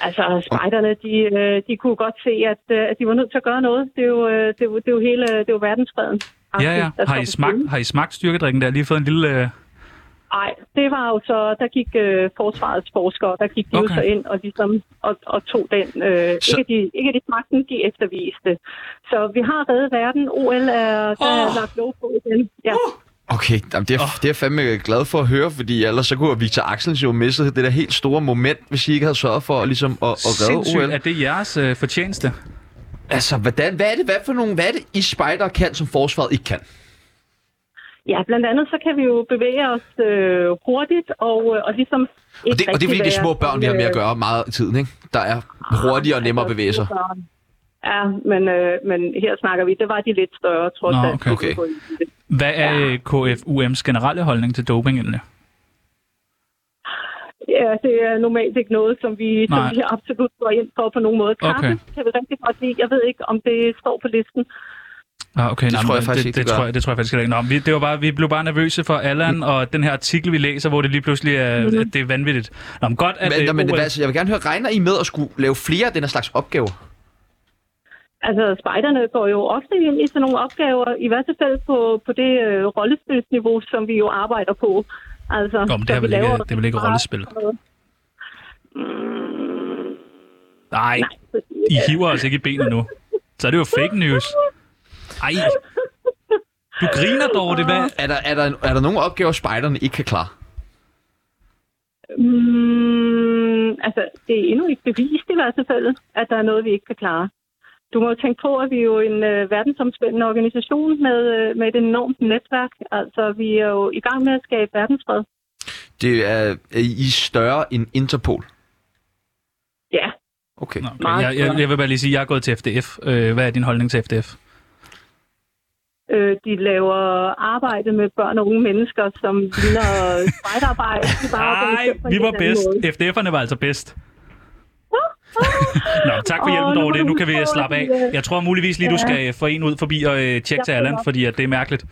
G: Altså, spejderne, de, øh, de kunne godt se, at, øh, at de var nødt til at gøre noget. Det er jo, øh, det er jo, det er jo hele det er jo verdensfreden. Altså,
A: Ja,
G: Der
A: ja.
G: står
A: Har
G: på
A: I
G: spil.
A: smagt, har I smagt styrkedrikken der? Lige fået en lille... Øh...
G: Nej, det var jo så, der gik øh, forsvarets forskere, der gik de okay.
A: Okay.
G: jo så ind og, ligesom, og, og tog den. Øh,
B: Så-
G: ikke, at de, ikke at de smagte den, de efterviste. Så vi har reddet verden. OL er, der er
A: Åh.
G: lagt lov på igen. Ja.
B: Uh! Okay, jamen det, er,
A: Åh.
B: oh. det er jeg fandme glad for at høre, fordi ellers så kunne Victor Axels jo misset det der helt store moment, hvis I ikke havde sørget for ligesom at, at redde
A: Sindssygt,
B: OL.
A: er det jeres øh, fortjeneste?
B: Altså, hvordan, hvad er det, hvad for nogle, hvad er det, I spejder kan, som forsvaret ikke kan?
G: ja, blandt andet så kan vi jo bevæge os øh, hurtigt og, øh, og ligesom...
B: Og det, og det er fordi, det er små børn, vi har med at gøre meget i tiden, ikke? Der er hurtigere og nemmere at bevæge sig.
G: Ja, men, øh, men her snakker vi, det var de lidt større, trods
A: Nå,
G: alt.
A: okay.
B: Okay.
A: Hvad er øh, KFUM's generelle holdning til doping egentlig?
G: Ja, det er normalt ikke noget, som vi, som
A: Nej.
G: vi absolut går ind for på nogen måde. Kaffe
A: Okay.
G: okay. kan vi rigtig godt lide. Jeg ved ikke, om det står på listen.
A: Ah, okay, det,
B: tror jeg faktisk
A: det,
B: ikke,
A: det,
B: det
A: tror
B: gør.
A: jeg, det tror jeg faktisk heller ikke. Nå, men vi, det var bare, vi blev bare nervøse for Allan, og den her artikel, vi læser, hvor det lige pludselig er, mm-hmm. det er vanvittigt. Nå, men godt, at...
B: Men,
A: øh,
B: men, men
A: OL
B: altså, jeg vil gerne høre, regner I med at skulle lave flere af den her slags opgaver?
G: Altså, spejderne går jo ofte ind i sådan nogle opgaver, i hvert fald på, på det øh, rollespilsniveau, som vi jo arbejder på. Altså,
A: Nå, men det
G: så
A: er
G: vi
A: vel ikke,
G: laver-
A: det er vel ikke rollespil. Nej, I hiver os ikke i benet nu. Så er det jo fake news. Ej, du griner, Dorte. Hvad?
B: Er der, er der, er der nogle opgaver, spejderne ikke kan klare?
G: Mm, altså, det er endnu ikke bevist i hvert fald, at der er noget, vi ikke kan klare. Du må jo tænke på, at vi er jo en øh, verdensomspændende organisation med, øh, med et enormt netværk. Altså, vi er jo i gang med at skabe verdensfred.
B: Det er, er I større end Interpol? Okay.
A: Nå, okay.
G: Meget
A: jeg, jeg,
G: bedre.
A: jeg vil bare lige sige, at jeg er gået til FDF. Øh, hvad er din holdning til FDF?
G: Øh, de laver arbejde med børn og unge mennesker, som ligner spejderarbejde. De er bare
A: Nej,
G: organiseret på en
A: vi var
G: helt anden
A: bedst.
G: måde.
A: FDF'erne var altså
G: (laughs)
A: bedst. Nå, men tak for
G: Åh,
A: hjælpen,
G: nu må
A: Dorte.
G: du
A: Nu kan vi
G: huske på,
A: slappe af.
G: at vi, øh,
A: Jeg tror muligvis lige, du
G: ja.
A: skal øh, få en ud forbi og øh, tjekke
G: Jeg
A: til Allan,
G: følger.
A: fordi at det er mærkeligt.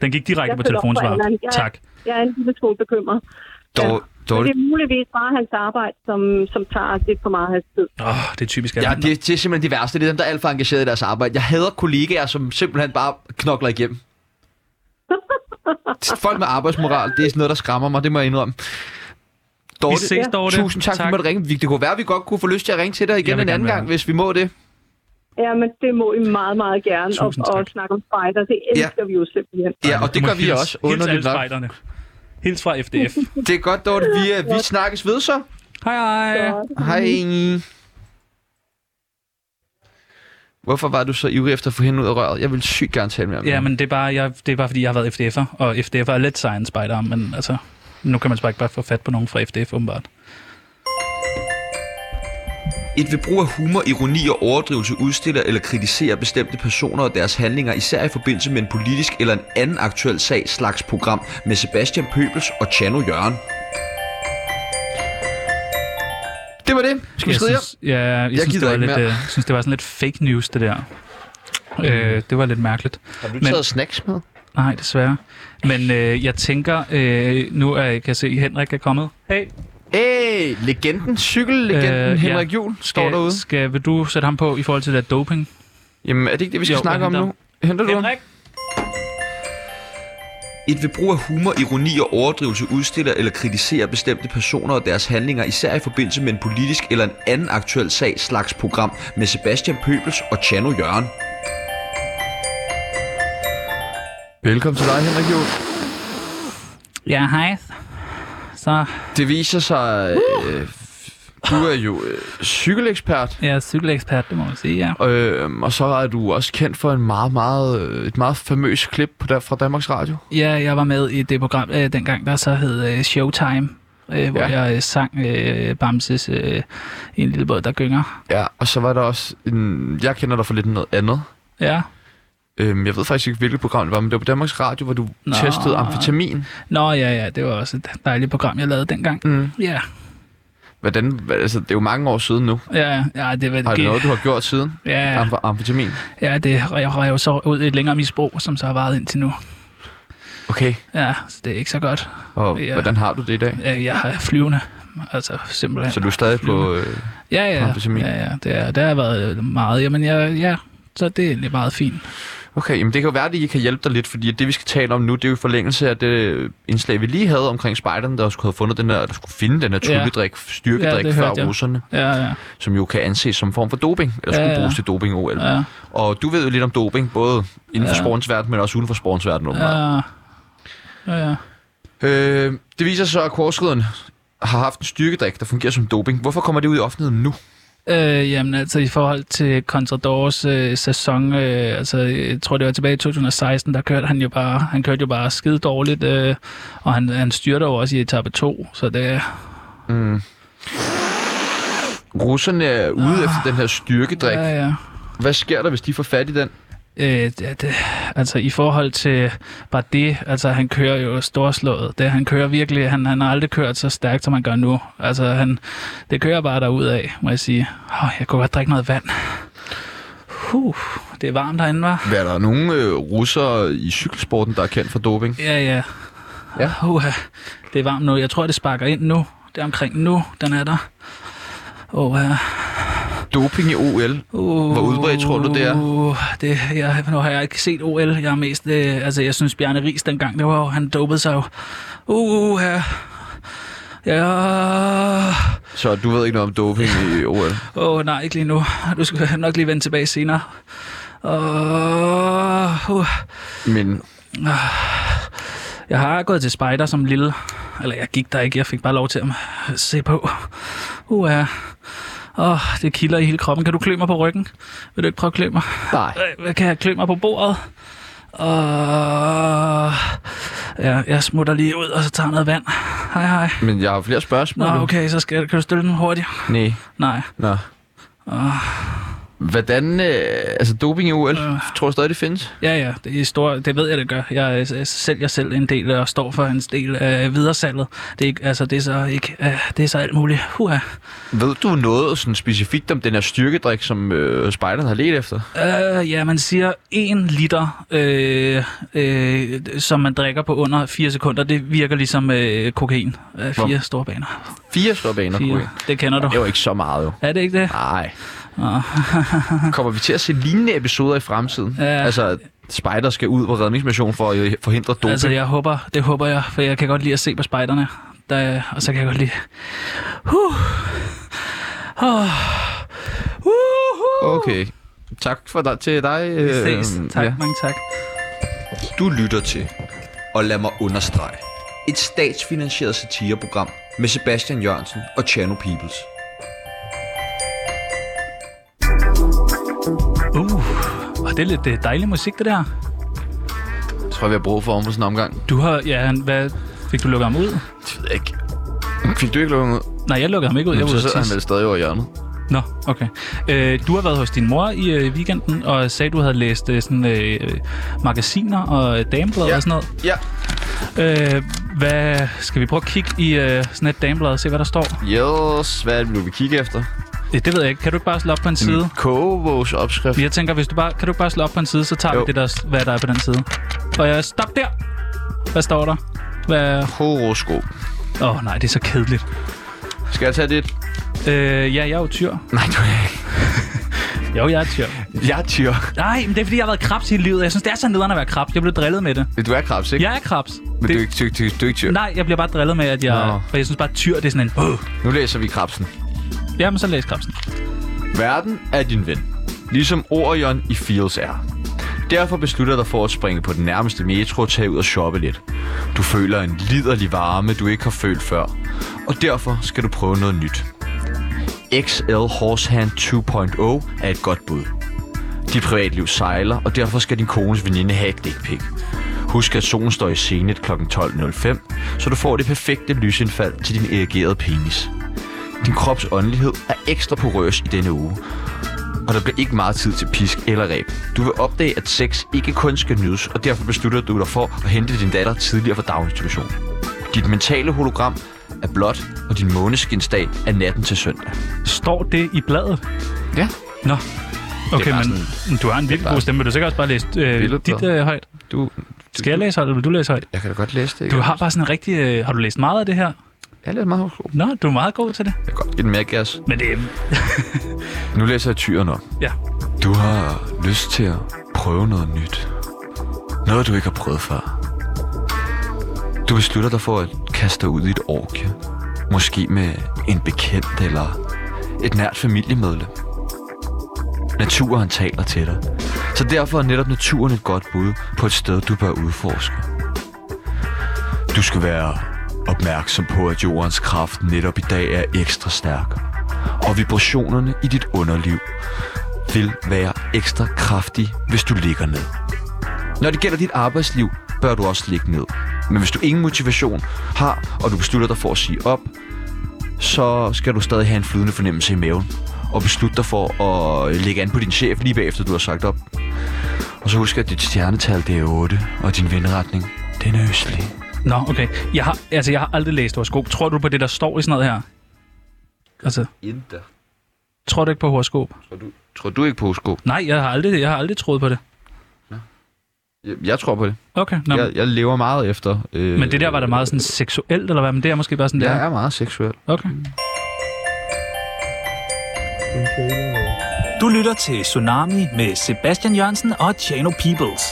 A: Den gik direkte
G: Jeg
A: på
G: følger op på
A: telefonsvaret.
G: Allan. Jeg-
A: Tak.
G: Jeg er en lille smule bekymret.
B: Dor-
G: Men
B: Dorte,
G: det er muligvis bare hans arbejde, som, som tager lidt for meget af hans tid.
A: Åh, det er typisk
B: Ja,
A: Allan.
B: det, det er simpelthen det værste. Det er dem, der er alt for engageret i deres arbejde. Jeg hader kollegaer, som simpelthen bare knokler igennem. Folk med arbejdsmoral, det er sådan noget, der skræmmer mig. Det må jeg indrømme. Dorte,
A: Vi ses, Dorte.
B: tusind tak, tak, for at du måtte ringe. Vi- Det kunne være, at vi godt kunne få lyst til at ringe til dig igen
A: vil
B: en
A: gerne
B: anden
A: være
B: gang,
A: med.
B: hvis vi må det.
G: Ja, men det må I meget, meget gerne. Og,
A: Tusind
G: og
A: tak.
G: snakke om spejder, det elsker ja. vi jo simpelthen.
B: Ja, og
A: Du
B: det
A: må
B: gør vi
A: hils-
B: også,
A: Hils alle
B: underligt nok.
A: spejderne. Hils fra
G: (laughs)
A: FDF.
B: Det er godt, Dorte. Vi, øh, vi snakkes ved så.
A: Hej, hej.
G: Så-
B: Hej. Hvorfor var du så ivrig efter at få hende ud af røret? Jeg vil sygt gerne tale med ham.
A: Ja, men det er, bare, jeg, det er bare, fordi jeg har været FDF'er, og FDF'er er lidt science spejder, men altså, nu kan man så bare ikke bare få fat på nogen fra FDF, åbenbart.
H: Et ved brug af humor, ironi og overdrivelse udstiller eller kritiserer bestemte personer og deres handlinger, især i forbindelse med en politisk eller en anden aktuel sag slags program med Sebastian Pøbels og Chano Jørgen.
B: Det var det. Skal vi
A: Jeg
B: skride hjem?
A: synes, ja, jeg, jeg synes,
B: gider
A: det var
B: ikke
A: lidt,
B: mere. Mm.
A: øh, jeg synes, det var sådan lidt fake news, det der. Øh, det var lidt mærkeligt.
B: Har du
A: Men-
B: taget snacks med?
A: Nej, desværre. Men øh, jeg tænker, øh, nu er, kan jeg se, at Henrik er kommet. Hey,
B: Hey, legenden, cykellegenden øh,
A: Øh,
B: Henrik
A: ja.
B: ja. Juhl står
A: skal,
B: derude.
A: skal, vil du sætte ham på i forhold til det der doping?
B: Jamen, er det ikke det, vi skal
A: Jo,
B: jo, snakke
A: jeg
B: om
A: henter
B: nu? Henter du ham?
A: Henrik?
H: Et ved brug af humor, ironi og overdrivelse udstiller eller kritiserer bestemte personer og deres handlinger, især i forbindelse med en politisk eller en anden aktuel sag slags program med Sebastian Pøbels og Chano Jørgen.
B: Velkommen til dig, Henrik Juhl.
A: Ja, hej. Så
B: Det viser sig, øh, du er jo øh, cykelekspert,
A: jeg er cykelekspert, det må man sige, ja.
B: øh, og så er du også kendt for en meget, meget, øh, et meget famøst klip på der, fra Danmarks Radio.
A: Ja, jeg var med i det program øh, dengang, der så hed øh, Showtime, øh, hvor
B: Ja.
A: jeg øh, sang øh, Bamses øh, En lille båd, der gynger.
B: Ja, og så var der også en, jeg kender dig for lidt noget andet.
A: Ja.
B: Øhm, jeg ved faktisk ikke, hvilket program det var, men det var på Danmarks Radio, hvor du Nå.
A: Nå.
B: testede amfetamin.
A: Nå ja, ja, det var også et dejligt program, jeg lavede dengang.
B: Mm.
A: Ja,
B: Hvordan, hva- altså, det er jo mange år siden nu.
A: ja, ja, det var
B: Har det noget, du har gjort siden?
A: Ja,
B: Amf- amfetamin.
A: ja det rev, rev så ud i et længere misbrug, som så har varet indtil nu.
B: Okay,
A: Ja, så det er ikke så godt.
B: og
A: Ja.
B: hvordan har du det i dag?
A: Øh, Jeg har flyvende, altså simpelthen.
B: Så du er stadig på... Øh,
A: Ja, ja,
B: amfetamin?
A: ja, ja det, er, det har været meget. Jamen, jeg, ja, så det er egentlig meget fint.
B: Okay, jamen det kan jo være, at I kan hjælpe dig lidt, fordi det, vi skal tale om nu, det er jo i forlængelse af det indslag, vi lige havde omkring spejderne, der skulle have fundet den her, der skulle finde den her trylledrik, styrkedrik
A: Ja,
B: ja,
A: det
B: før
A: hørte jeg.
B: russerne,
A: Ja, ja,
B: som jo kan anses som en form for doping, eller
A: Ja,
B: skulle
A: ja.
B: bruges til doping-OL.
A: ja.
B: Og du ved jo lidt om doping, både inden for
A: Ja.
B: sportens verden, men også uden for sportens verden. Ja.
A: Ja, ja, ja.
B: Øh, det viser sig, at korsriderne har haft en styrkedrik, der fungerer som doping. Hvorfor kommer det ud i offentligheden nu?
A: Øh, jamen altså i forhold til Contadors øh, sæson, øh, altså jeg tror det var tilbage i 2016, der kørte han jo bare, han kørte jo bare skide dårligt, øh, og han, han styrte jo også i etape 2, så det,
B: Russerne er ude efter den her styrkedrik.
A: Ah. ja, ja.
B: Hvad sker der, hvis de får fat i den?
A: Øh, det, det, altså i forhold til bare det, altså han kører jo storslået. Det, han kører virkelig, han, han har aldrig kørt så stærkt, som han gør nu. Altså han, det kører bare derud af, må jeg sige. Åh, jeg kunne godt drikke noget vand. Huh, det er varmt herinde, var.
B: Hvad er der nogle øh, russere i cykelsporten, der er kendt for doping?
A: Ja, ja.
B: Ja.
A: Uha, det er varmt nu. Jeg tror, det sparker ind nu. Det er omkring nu, den er der. Åh, oh,
B: Doping i OL,
A: Uh,
B: Hvor udbredt tror du, det er?
A: Uh, det, jeg, nu har jeg ikke set OL. Jeg er mest, øh, altså, jeg synes, Bjarne Ries dengang, det var, jo- han dopede sig jo. Uh, ja. Ja.
B: Så du ved ikke noget om doping i OL?
A: Åh, oh, nej, ikke lige nu. Du skal nok lige vende tilbage senere. Uh, uh.
B: Men
A: Jeg har gået til spejder som lille. Eller jeg gik der ikke, jeg fik bare lov til at se på. Uh, ja. Åh, oh, det kilder i hele kroppen. Kan du klø mig på ryggen? Vil du ikke prøve at klø mig?
B: nej.
A: Øh, Hvad kan jeg klø mig på bordet? Og... Ja, jeg smutter lige ud, og så tager jeg noget vand. Hej, hej.
B: Men jeg har flere spørgsmål.
A: Nå,
B: nu.
A: okay, Ah. så skal jeg, kan du stille den hurtigt?
B: Nej.
A: Nej.
B: Nå. Hvordan, øh, altså doping i OL, tror du stadig, det findes?
A: Ja, ja, det, er store, det ved jeg, det gør. Jeg, øh, s- sælger selv en del og står for en del af videresalget. Det er, ikke, altså, det er så, ikke, øh, det er så alt muligt. Hua.
B: Ved du noget sådan specifikt om den her styrkedrik, som øh, spejderne har let efter?
A: Øh, ja, man siger 1 liter, øh, øh, som man drikker på under 4 sekunder. Det virker ligesom øh, kokain. Øh, fire store baner.
B: Fire ståbaner, kunne
A: Fire.
B: jeg.
A: Det kender du.
B: Det er jo ikke så meget, jo.
A: Er det ikke det?
B: Nej.
A: (laughs)
B: Kommer vi til at se lignende episoder i fremtiden?
A: Ja.
B: Altså, at spejder skal ud på redningsmission for at øh, forhindre doping.
A: Altså, jeg håber, det håber jeg, for jeg kan godt lide at se på spejderne. Der, og så kan jeg godt lide... Huh. Oh. Uh-huh.
B: Okay. Tak for dig, til dig.
A: Vi ses.
B: øh,
A: Tak,
B: ja.
A: mange tak.
H: Du lytter til, og lad mig understrege, et statsfinansieret satireprogram med Sebastian Jørgensen og Chano Peoples.
A: Uh, og det er lidt øh, dejlig musik, det der.
B: Jeg tror, vi har brug for om på sådan en omgang.
A: Du har... Ja, han- hvad... Fik du lukket ham ud?
B: Det ved jeg ikke. Fik du ikke lukket ud?
A: Nej, jeg lukkede ham ikke ud. Jeg
B: Jamen,
A: var ude
B: så
A: at
B: sidder han
A: tisse.
B: vel stadig over hjørnet.
A: Nå, okay. Øh, du har været hos din mor i øh, weekenden, og sagde, du havde læst øh, sådan, øh, øh, magasiner og øh, dameblad
B: Ja.
A: og sådan
B: Ja.
A: noget. Øh, hvad, skal vi prøve at kigge i øh, sådan et dameblad og se, hvad der står? Øh,
B: Yes, hvad er det, nu vi kigger efter?
A: Det, det ved jeg ikke. Kan du ikke bare slå op på en side?
B: Kobos opskrift.
A: Jeg tænker, hvis du bare, kan du ikke bare slå op på en side, så tager jo.
B: Jo.
A: vi det, der, hvad der er på den side. Og jeg stop der! Hvad står der? Hvad?
B: Horoskop.
A: Åh oh, nej, det er så kedeligt.
B: Skal jeg tage dit?
A: Øh, ja, jeg er jo tyr.
B: Nej, du er ikke.
A: (laughs) Jo, jeg er tyr.
B: Jeg er tyr.
A: Nej, men det er fordi, jeg har været krebs hele livet. Jeg synes, det er så nederen at være krebs. Jeg blev drillet med det.
B: Du er krebs, ikke?
A: Jeg er krebs. det,
B: Men du er ikke, du, du, du er ikke tyr.
A: Nej, jeg bliver bare drillet med, at jeg...
B: Nå.
A: Nå. For jeg synes bare, at tyr, det er sådan en... Øh.
B: Nu læser vi krebsen.
A: Jamen, så læs krebsen.
B: Verden er din ven, ligesom Orion i Fields er. Derfor beslutter dig for at springe på den nærmeste metro og tage ud og shoppe lidt. Du føler en liderlig varme, du ikke har følt før, og derfor skal du prøve noget nyt. XL Horsehand 2.0 er et godt bud. Dit privatliv sejler, og derfor skal din kones veninde have et dick pic. Husk, at solen står i senet kl. 12.05, så du får det perfekte lysindfald til din erigerede penis. Din krops åndelighed er ekstra porøs i denne uge, og der bliver ikke meget tid til pisk eller ræb. Du vil opdage, at sex ikke kun skal nydes, og derfor beslutter du dig for at hente din datter tidligere fra daginstitutionen. Dit mentale hologram er blåt, og din måneskinsdag er natten til søndag.
A: Står det i bladet?
B: Ja.
A: Nå. Okay,
B: bare
A: men du har en virkelig
B: bare
A: god stemme. Vil du sikkert også bare læse øh,
B: Billedblad.
A: dit øh, højt?
B: Du,
A: Skal jeg læse højt, eller vil du læse højt?
B: jeg kan da godt læse det.
A: Du har bare sådan en rigtig... Øh, har du læst meget af det her?
B: Jeg læser meget horoskop.
A: Nå, du er meget god til det.
B: Jeg kan godt give den mere gas.
A: Men det er...
B: (laughs) Nu læser jeg tyren op.
A: Ja.
B: Du har lyst til at prøve noget nyt. Noget, du ikke har prøvet før. Du beslutter dig for at kaste dig ud i et orke. Måske med en bekendt eller et nært familiemedlem. Naturen taler til dig. Så derfor er netop naturen et godt bud på et sted, du bør udforske. Du skal være opmærksom på, at jordens kraft netop i dag er ekstra stærk. Og vibrationerne i dit underliv vil være ekstra kraftig, hvis du ligger ned. Når det gælder dit arbejdsliv, bør du også ligge ned. Men hvis du ingen motivation har, og du beslutter dig for at sige op, så skal du stadig have en flydende fornemmelse i maven. Og beslutte dig for at lægge an på din chef lige bagefter, du har sagt op. Og så husk, at dit stjernetal det er 8, og din vindretning den er østlig.
A: Nå, okay. Jeg har, altså, jeg har aldrig læst horoskop. Tror du på det, der står i sådan noget her? Altså,
H: Inter.
A: tror du ikke på horoskop?
H: Tror du, tror du ikke på horoskop?
A: Nej, jeg har aldrig, jeg har aldrig troet på det.
B: Jeg, jeg tror på det.
A: Okay, nå, men-
B: jeg lever meget efter. Øh,
A: men det der var da meget sådan seksuelt, eller hvad? Men det er måske bare sådan, det er.
B: er meget seksuel.
A: Okay.
D: Du lytter til Tsunami med Sebastian Jørgensen og Chano Peoples.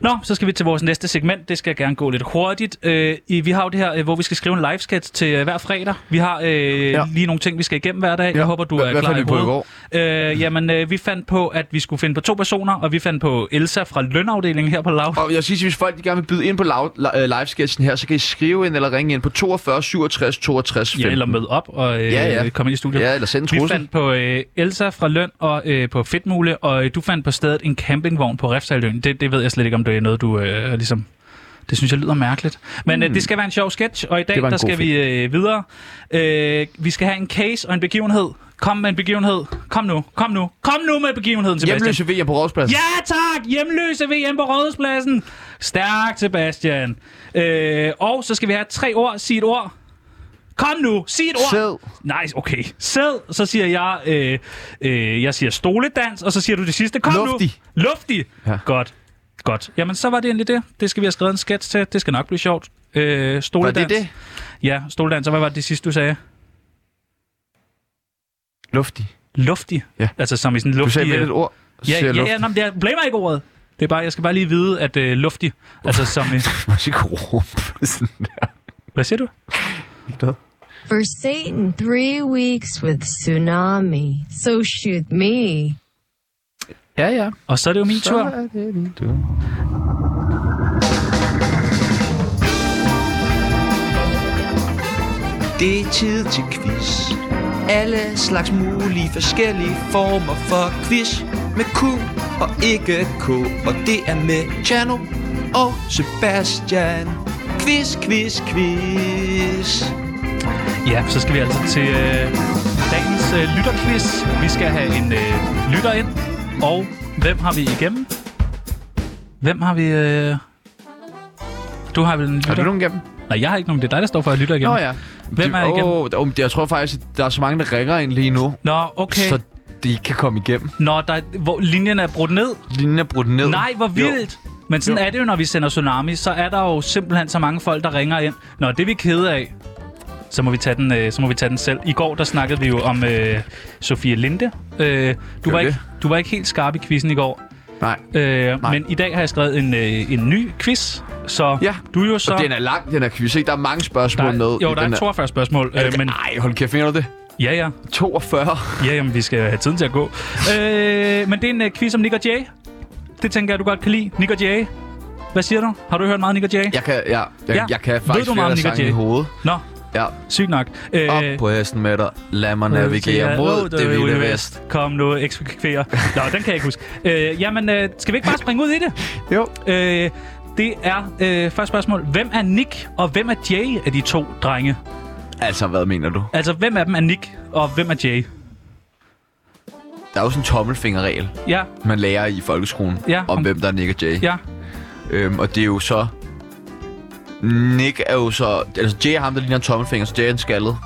A: Nå, så skal vi til vores næste segment. Det skal gerne gå lidt hurtigt. Øh, i- vi har jo det her, øh, hvor vi skal skrive en live sketch til øh, hver fredag. Vi har øh, ja. lige nogle ting, vi skal igennem hver dag. Ja. Jeg håber, du
B: Hvad-
A: er
B: hvad
A: klar
B: fandt
A: i
B: vi på i
A: hovedet. Øh, jamen, øh, vi fandt på, at vi skulle finde på to personer, og vi fandt på Elsa fra lønafdelingen her på Lav.
B: Og jeg siger, hvis folk de gerne vil byde ind på lav, la- øh, live-sketchen her, så kan I skrive ind eller ringe ind på 42 67 62 15.
A: Ja, eller møde op og øh,
B: Ja,
A: ja,
B: ja.
A: ja. komme ind i studiet.
B: Ja, eller send en
A: Vi
B: trussel.
A: fandt på øh, Elsa fra Løn og øh, på Fedtmule, og øh, du fandt på stedet en campingvogn på Refsaløen. Det, det ved jeg slet ikke, om det er noget, du øh, er ligesom... Det synes jeg lyder mærkeligt. Men øh, det skal være en sjov sketch, og i dag
B: Hmm. Det var en
A: der
B: god
A: skal
B: film.
A: vi øh, videre. Øh, vi skal have en case og en begivenhed. Kom med en begivenhed. Kom nu. Kom nu. Kom nu med begivenheden, Sebastian.
B: Hjemløse VM på Rådspladsen.
A: Ja tak! Hjemløse VM på Rådhuspladsen. Stærk, Sebastian. Øh, og så skal vi have tre ord. Sig et ord. Kom nu, sig et ord.
E: Sæd.
A: Nice, okay. Sæd, så siger jeg, øh, øh, jeg siger stoledans, og så siger du det sidste. Kom
B: Luftig.
A: nu. Luftig.
B: Ja.
A: Godt. Godt. Jamen, så var det egentlig det. Det skal vi have skrevet en sketch til. Det skal nok blive sjovt. Øh,
B: Var
A: stoledans.
B: det det?
A: Ja, stoledans. Og hvad var det, det sidste, du sagde?
B: Luftig.
A: Luftig.
B: Ja.
A: Altså som i sådan luftig...
B: Du sagde med
A: øh,
B: et ord. så
A: Ja,
B: siger jeg
A: ja,
B: luft.
A: ja, nå, men jeg blamer ikke ordet. Det er bare, jeg skal bare lige vide, at øh, luftig, altså som...
B: (laughs)
A: Øh,
B: Man skal ikke råbe sådan der.
A: hvad siger du?
I: For Satan, three weeks with tsunami. So shoot me.
B: Ja, ja.
A: Og så er det jo min tur.
H: Det er tid til quiz. Alle slags mulige forskellige former for quiz. Med Q og ikke K. Og det er med Chano og Sebastian. Quiz, quiz, quiz.
A: Ja, så skal vi altså til øh, dagens øh, lytterquiz. Vi skal have en øh, lytter ind. Og hvem har vi igennem? Hvem har vi... Øh... Du har vel en lytter?
B: Har du nogen gennem?
A: Nej, jeg har ikke nogen. Det er dig, der står for at lytte igennem.
B: Nå ja.
A: Hvem er igennem?
B: Åh, der- um, jeg tror faktisk, at der er så mange, der ringer ind lige nu,
A: Nå, okay.
B: så de ikke kan komme igennem.
A: Nå, der, er- hvor linjen er brudt ned.
B: Linjen er brudt ned.
A: Nej, hvor vildt! Men sådan
B: Jo.
A: er det jo, når vi sender Tsunami. Så er der jo simpelthen så mange folk, der ringer ind. Nå, det er vi kede af. Så må, vi tage den, øh, så må vi tage den selv. I går, der snakkede vi jo om øh, Sofie Linde. Øh, du, var
B: det?
A: ikke, du var ikke helt skarp i quizzen i går.
B: Nej.
A: Øh,
B: Nej.
A: men i dag har jeg skrevet en, øh, en ny quiz. Så
B: Ja,
A: du er jo
B: Så...
A: så...
B: Og den er lang, den her quiz, ikke? Der er mange spørgsmål
A: der,
B: med. i
A: jo, der
B: den
A: er
B: her.
A: 42 spørgsmål. Øh, men
B: Ej, hold kæft, finder du det?
A: ja, ja.
B: 42.
A: Ja, jamen, vi skal have tiden til at gå. Øh, men det er en øh, quiz om Nick og Jay. Det tænker jeg, du godt kan lide. Nick og Jay. Hvad siger du? Har du hørt meget Nick og Jay?
B: Jeg kan, ja, jeg,
A: Ja.
B: jeg kan
A: Ved
B: faktisk
A: du meget
B: flere
A: om
B: af
A: Nick og
B: sange i
A: Jay?
B: hovedet.
A: Nå,
B: Ja,
A: sygt nok. Øh,
B: op på hesten med dig. Lad mig navigere mod det vilde vest.
A: Kom nu, eksekverer. Nå, den kan jeg ikke huske. Øh, jamen, øh, skal vi ikke bare springe ud i det?
B: Jo.
A: Øh, det er øh, første spørgsmål. Hvem er Nick, og hvem er Jay af de to drenge?
B: Altså, hvad mener du?
A: Altså, hvem af dem er Nick, og hvem er Jay?
B: Der er jo sådan en tommelfingerregel,
A: Ja,
B: man lærer i folkeskolen,
A: Ja.
B: om hvem der er Nick og Jay.
A: ja,
B: Øhm, og det er jo så... Nick er jo så... Altså, Jay er ham, der ligner en tommelfinger, så Jay er en skaldet,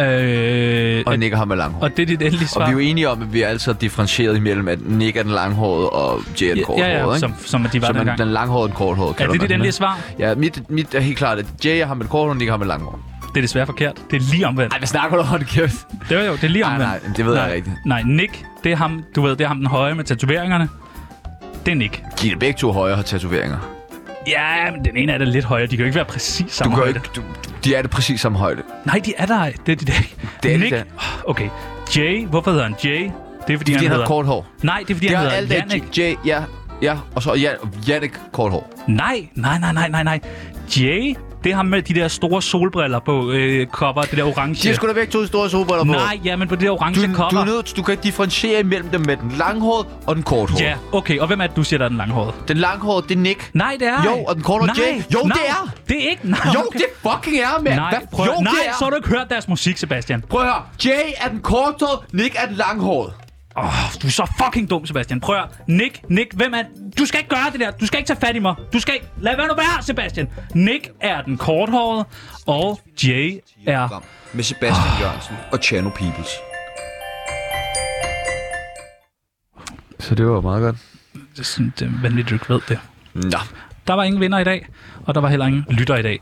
A: øh,
B: og Nick er ham med langhåret.
A: og det er dit endelige
B: Og
A: svar.
B: vi er jo enige om, at vi er altså differentieret imellem, at Nick er den langhårede, og Jay er den
A: ja, ja, ja,
B: korthårede,
A: som,
B: ikke?
A: som de var
B: Så man,
A: dengang.
B: den langhårede og den korthårede,
A: Er
B: kalder
A: det dit
B: man
A: endelige
B: den,
A: svar?
B: ikke? Ja, mit, mit er helt klart, at Jay er ham med den korthårede, og Nick er ham med den langhårede.
A: Det er desværre forkert. Det er lige omvendt.
B: Ej, hvad snakker du om, det kæft?
A: Det er jo, det er lige
B: Nej,
A: omvendt.
B: nej, det ved jeg
A: nej,
B: rigtigt.
A: Nej, Nick, det er ham, du ved, det er ham den høje med tatoveringerne. Det er Nick.
B: De er begge to højere har tatoveringer.
A: Ja, men den ene er da lidt højere. De kan jo ikke være præcis
B: Du
A: samme
B: kan jo
A: højde.
B: ikke, du, de er det præcis samme højde.
A: Nej, de er der ej. Det er de der ikke.
B: Det er de
A: Nick.
B: da.
A: Okay. Jay. Hvorfor hedder han Jay? Det er fordi,
B: De, de
A: han
B: har
A: hedder...
B: kort hår.
A: Nej, det er fordi, han
B: Det har
A: hedder
B: alt af
A: Jannik.
B: Jay, ja, ja, og så Jan, Jannik kort hår.
A: Nej, nej, nej, nej, nej, nej. Jay, det er ham med de der store solbriller på øh, cover. Det der
B: De
A: orange.
B: har sgu da begge to store sobriller på.
A: Nej, ja, men på det der
B: Du,
A: orange
B: du, er
A: cover.
B: nødt, du kan ikke differentiere imellem dem med den langhårede og den korthårede.
A: Ja, okay. Og hvem er det, du siger, der er den langhårede?
B: Den langhårede, det er Nick.
A: Nej, det er
B: Jo,
A: ej.
B: og den kortere
A: Nej,
B: Jay. Jo,
A: nej,
B: det er.
A: Det er ikke. Nej,
B: Jo,
A: okay.
B: det fucking er, mand.
A: Nej,
B: Hvad-
A: prøv,
B: jo,
A: nej
B: det er.
A: så har du ikke hørt deres musik, Sebastian.
B: Prøv at høre. Jay er den korthårede, Nick er den langhårede.
A: Åh, oh, du er så fucking dum, Sebastian. Prøv at høre. Nick, Nick, hvem er... Du skal ikke gøre det der. Du skal ikke tage fat i mig. Du skal ikke... Lad være nu være, Sebastian. Nick er den korthårede, og Jay er...
H: Med Sebastian Jørgensen og Chano Peoples.
B: Så det var meget godt.
A: Det er sådan, det er vanvittigt, du ikke ved det.
B: Nå,
A: Der var ingen vinder i dag, og der var heller ingen lytter i dag,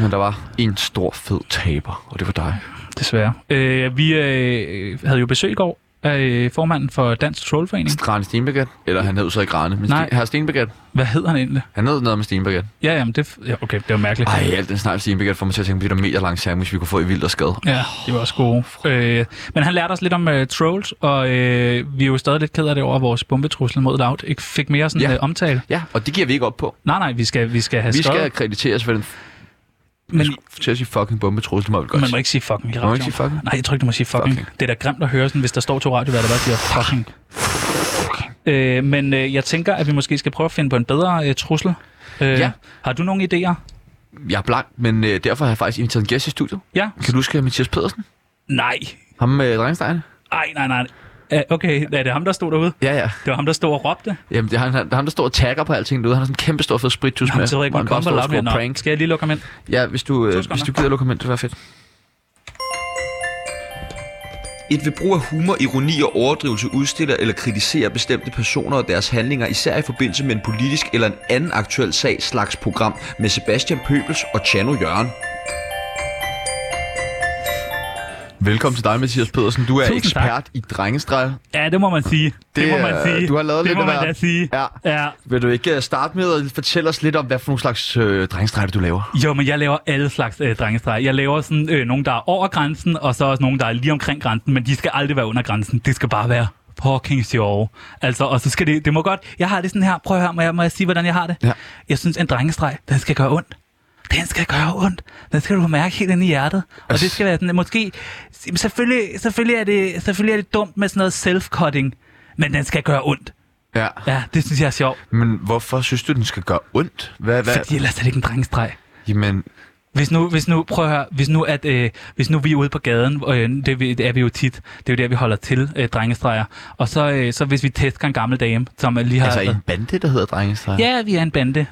B: men der var en stor fed taber, og det var dig.
A: desværre. Øh, vi øh, havde jo besøg i går af øh, formanden for Dansk Trollforening.
B: Grane Stenbegat. Eller han hed så ikke Grane, men
A: Nej.
B: Sten, herr Stenbegat.
A: Hvad hed han egentlig?
B: Han hed noget med Stenbegat.
A: Ja, jamen, det, f- ja, okay, det var mærkeligt.
B: Ej, alt den snak Stenbegat får mig til at tænke på det der meter lange sandwich, vi kunne få i Vild og Skade.
A: Ja, de var også gode. Øh, men han lærte os lidt om øh, trolls, og øh, vi er jo stadig lidt ked af det over, at vores bombetrussel mod Loud ikke fik mere sådan
B: Ja.
A: ja. øh, omtale.
B: Ja, og det giver vi ikke op på.
A: Nej, nej, vi skal, vi skal have
B: Vi skal
A: skrevet,
B: krediteres for den
A: men
B: til at sige fucking bombetrussel, det må vi
A: man
B: godt
A: må
B: sige.
A: ikke sige fucking i
B: Må man ikke
A: radioen.
B: sige fucking?
A: Nej, jeg tror ikke, du må sige fucking.
B: Fucking.
A: fucking. Det er da grimt at høre, sådan, hvis der står to radioværter, der bare siger fucking. Øh, men øh, jeg tænker, at vi måske skal prøve at finde på en bedre øh, trussel. Øh,
B: Ja.
A: Har du nogle idéer?
B: Jeg er blank, men øh, derfor har jeg faktisk inviteret en gæst i studiet.
A: Ja.
B: Kan du huske Mathias Pedersen?
D: Nej,
B: Ham med drengstein?
D: nej, nej, nej. Øh, Okay, er det ham, der stod derude?
B: Ja, ja.
D: Det var ham, der stod og råbte.
B: Jamen, det er, han, han, det er ham, der står og tagger på alting derude. Han har sådan en kæmpe stor fed sprittus med.
D: Jamen, så ved jeg
B: hvor
D: godt, kom på
B: står og
D: lavt.
B: skriver
D: Nå,
B: prank.
D: Skal jeg lige lukke ham ind?
B: Ja, hvis du, øh, hvis
D: sekunder.
B: du gider lukke ham ind, det vil være fedt.
J: Et ved brug af humor, ironi og overdrivelse udstiller eller kritiserer bestemte personer og deres handlinger, især i forbindelse med en politisk eller en anden aktuel sag slags program med Sebastian Pøbels og Chano Jørgen.
B: Velkommen til dig, Mathias Pedersen. Du er
D: Tusind tak.
B: ekspert i drengestreg.
D: Ja, det må man sige. Det, det må man
B: er-
D: sige.
B: Du har lavet
D: det
B: lidt
D: må
B: af
D: man
B: hvert.
D: da sige.
B: Ja.
D: ja.
B: Vil du ikke øh, starte med at fortælle os lidt om, hvad for nogle slags øh, drengestreger du laver?
D: Jo, men jeg laver alle slags øh, drengestreger. Jeg laver sådan øh, nogle, der er over grænsen, og så også nogle, der er lige omkring grænsen, men de skal aldrig være under grænsen. Det skal bare være fucking sjove. Altså, og så skal det, det må godt, jeg har det sådan her, prøv at høre, må jeg, må jeg sige, hvordan jeg har det?
B: Ja.
D: Jeg synes, en drengestreg, den skal gøre ondt. Den skal gøre ondt. Den skal du mærke helt ind i hjertet. Og det skal være sådan, måske, selvfølgelig, selvfølgelig, er, det, selvfølgelig er det dumt med sådan noget self-cutting, men den skal gøre ondt.
B: Ja.
D: Ja, det synes jeg er sjovt,
B: Men hvorfor synes du, den skal gøre ondt? Hvad, hvad?
D: fordi ellers er det ikke en drengestreg.
B: Jamen,
D: Hvis nu, hvis nu, prøv at høre, hvis nu, at, øh, hvis nu vi er ude på gaden, øh, det, er vi- det er vi jo tit, det er jo der, vi holder til, øh, drengestreger, og så, øh, så hvis vi tæsker en gammel dame, som lige har...
B: altså en bande, der hedder drengestreger?
D: Ja, vi er en bande.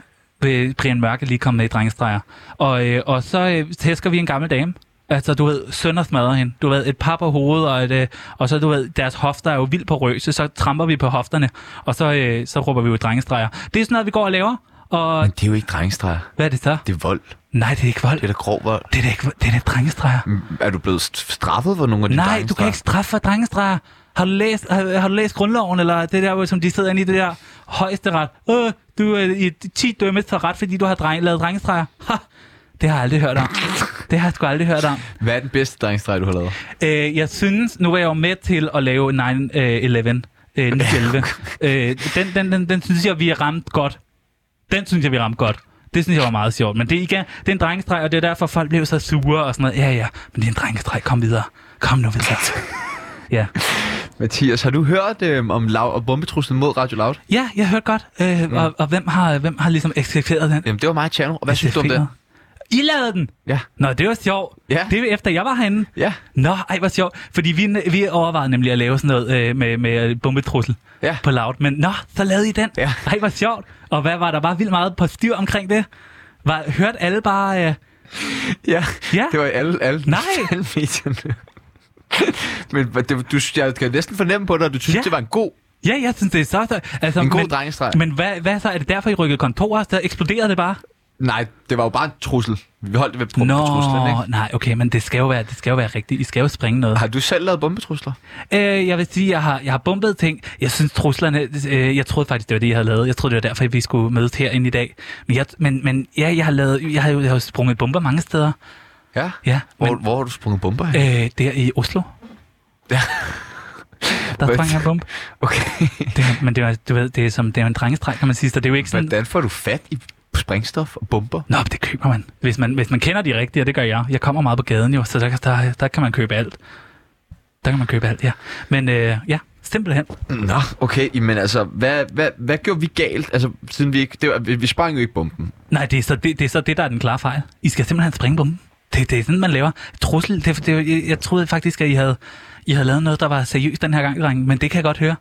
D: Øh, Brian Mørke er lige kom med i drengestreger. Og, øh, og så øh, tæsker vi en gammel dame. Altså, du ved, sønder smadrer hende. Du ved, et par på hovedet, og, et, øh, og så, du ved, deres hofter er jo vildt på røse, så tramper vi på hofterne, og så, øh, så råber vi jo drengestreger. Det er sådan noget, vi går og laver, og
B: Men det er jo ikke drengestreger.
D: hvad er det så?
B: Det er vold.
D: Nej, det er ikke vold.
B: Det er da grov vold.
D: Det er da ikke vold. Det er da drengestreger.
B: Mm, Er du blevet st- straffet for nogle af de
D: Nej, du kan
B: drengestreger?
D: ikke straffe for drengestreger. Har du læst, har, har du læst grundloven, eller det der, som de sidder inde i det der højesteret? Øh, du er i 10 dømmes for ret, fordi du har dreng, lavet drengestreger. Ha, det har jeg aldrig hørt om. Det har jeg sgu aldrig hørt om.
B: Hvad er den bedste drengestreger, du har lavet?
D: Øh, jeg synes, nu var jeg jo med til at lave 9-11. Øh, 9/11. øh, den, den, den, den synes jeg, vi har ramt godt. Den synes jeg, vi ramte godt. Det synes jeg var meget sjovt. Men det, er igen, det er en drengestreg, og det er derfor, folk blev så sure og sådan noget. Ja, ja, men det er en drengestreg. Kom videre. Kom nu
B: (laughs)
D: videre. Ja.
B: Mathias, har du hørt øh, om lav- og bombetruslen mod Radio Loud?
D: Ja, jeg hørte godt. Øh, mm. og, og, hvem har, hvem har ligesom eksekveret den?
B: Jamen, det var mig, Tjerno. Og hvad synes du om det?
D: Eksekveret? I lavede den?
B: Ja.
D: Nå, det var sjovt.
B: Ja.
D: Det er efter, jeg var herinde.
B: Ja.
D: Nå, ej, hvor sjovt. Fordi vi, vi overvejede nemlig at lave sådan noget øh, med, med bombetrussel
B: Ja.
D: på Loud. Men nå, så lavede I den.
B: Ja.
D: Ej, hvor sjovt. Og hvad var der bare vildt meget på styr omkring det? Var, hørte alle bare... Øh,
B: Ja,
D: Ja.
B: det var i alle, alle,
D: Nej.
B: (laughs) alle medierne. Men hvad- det, du, jeg kan næsten fornemme på dig, at du synes, ja.
D: Ja.
B: det var en god...
D: ja, jeg synes, det er så... så altså,
B: En god
D: men,
B: drengestreg.
D: Men hvad, hvad så? Er det derfor, I rykkede kontorer? Så eksploderede det bare?
B: Nej, det var jo bare en trussel. Vi holdt det ved bombetruslen,
D: Nå,
B: ikke?
D: nej, okay, men det skal jo være, det skal jo være rigtigt. I skal jo springe noget.
B: Har du selv lavet bombetrusler?
D: Øh, jeg vil sige, jeg har, jeg har bumpet ting. Jeg synes, truslerne... Øh, jeg troede faktisk, det var det, jeg havde lavet. Jeg troede, det var derfor, vi skulle mødes herinde i dag. Men, jeg, men, men ja, jeg har, lavet, jeg, har, jo- jeg har jo sprunget bomber mange steder.
B: Ja.
D: Ja,
B: Hvor,
D: men
B: hvor har du sprunget bomber hen?
D: øh, der i Oslo.
B: Ja.
D: Der
B: Hvad-
D: sprang jeg en bombe.
B: Okay.
D: Det, men det, var, du ved, det, er som, det er jo en drengestreg, kan man sige. Så det er jo ikke sådan...
B: (laughs) Hvordan får du fat i sprængstof og bomber?
D: Nå, men det køber man. Hvis man, hvis man kender de rigtige, og det gør jeg. Jeg kommer meget på gaden jo, så der, der, der kan man købe alt. Der kan man købe alt, ja. Men øh, ja, simpelthen.
B: Nå, okay, men altså, hvad, hvad, hvad gjorde vi galt? Altså, siden vi ikke... Det var, vi vi sprang jo ikke bomben.
D: Nej, det er, så det, det er så det, der er den klare fejl. I skal simpelthen springe bomben. Det, det er sådan, man laver. Trussel, det, det, jeg, jeg troede faktisk, at I havde, I havde lavet noget, der var seriøst den her gang, drenge, men det kan jeg godt høre.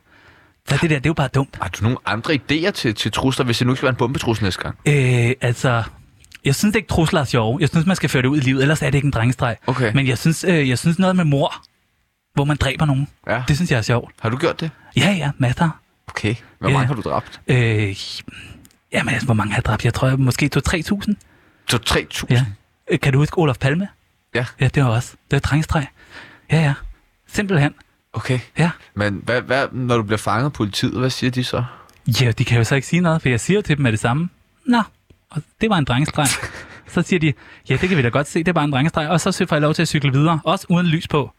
D: Så det der, det er jo bare dumt.
B: Har du nogle andre idéer til, til trusler, hvis det nu ikke skal være en bombetrussel næste gang?
D: Øh, altså, jeg synes ikke, trusler er sjove. Jeg synes, man skal føre det ud i livet, ellers er det ikke en drengestreg.
B: Okay.
D: Men jeg synes, øh, jeg synes noget med mor, hvor man dræber nogen.
B: Ja.
D: Det synes jeg er sjovt.
B: Har du gjort det?
D: Ja, ja, masser.
B: Okay. Hvor
D: Ja.
B: mange har du dræbt?
D: Øh, jamen, altså, hvor mange har jeg dræbt? Jeg tror, jeg måske 2-3.000.
B: Så 3.000?
D: Ja. Øh, Kan du huske Olof Palme?
B: Ja.
D: Ja, det var også. Det var drengestreg. Ja, ja. Simpelthen.
B: Okay.
D: Ja.
B: Men hvad, hvad, når du bliver fanget af politiet, hvad siger de så?
D: Ja, de kan jo så ikke sige noget, for jeg siger jo til dem med det samme. Nå, og det var en
B: (laughs)
D: drengestreg. Så siger de, ja, det kan vi da godt se, det var en drengestreg. Og så får jeg lov til at cykle videre, også uden lys på.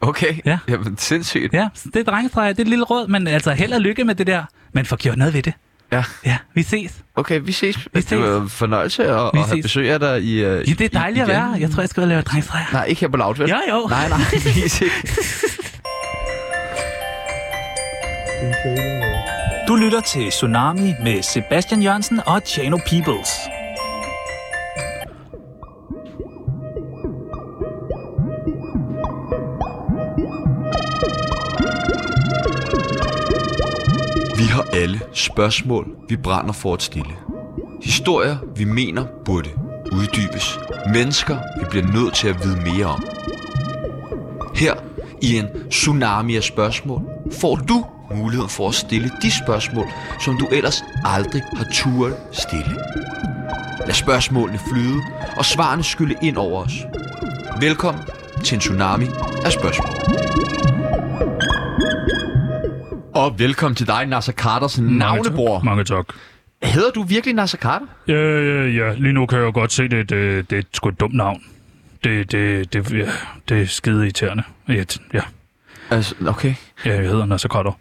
B: Okay.
D: Ja.
B: Jamen, sindssygt.
D: Ja, så det er drengestreg, det er et lille råd, men altså held og lykke med det der. Men får gjort noget ved det.
B: Ja.
D: Ja, vi ses.
B: Okay, vi ses.
D: Vi ses.
B: Det var en fornøjelse at,
D: Vi
B: at have
D: ses.
B: besøg af dig i uh,
D: Ja, det er dejligt at være. Jeg tror, jeg skal ud og lave drengestreger.
B: Nej, ikke her på Loud, vel?
D: Jo, jo.
B: Nej, (laughs) nej, please ikke.
K: Du lytter til Tsunami med Sebastian Jørgensen og Chano Peoples.
H: Vi har alle spørgsmål, vi brænder for at stille. Historier, vi mener burde uddybes. Mennesker, vi bliver nødt til at vide mere om. Her i en tsunami af spørgsmål får du muligheden for at stille de spørgsmål, som du ellers aldrig har turet stille. Lad spørgsmålene flyde, og svarene skylle ind over os. Velkommen til en tsunami af spørgsmål.
B: Og velkommen til dig, Nasser Carters navnebror.
D: Mange tak.
B: Hedder du virkelig Nasser Carter?
D: Ja, ja, Øh, ja. Lige nu kan jeg jo godt se, det, det, det er sgu et dumt navn. Det, det, det, ja, det er skide irriterende. Ja, t- ja.
B: Altså, okay.
D: ja jeg hedder Nasser Kotter.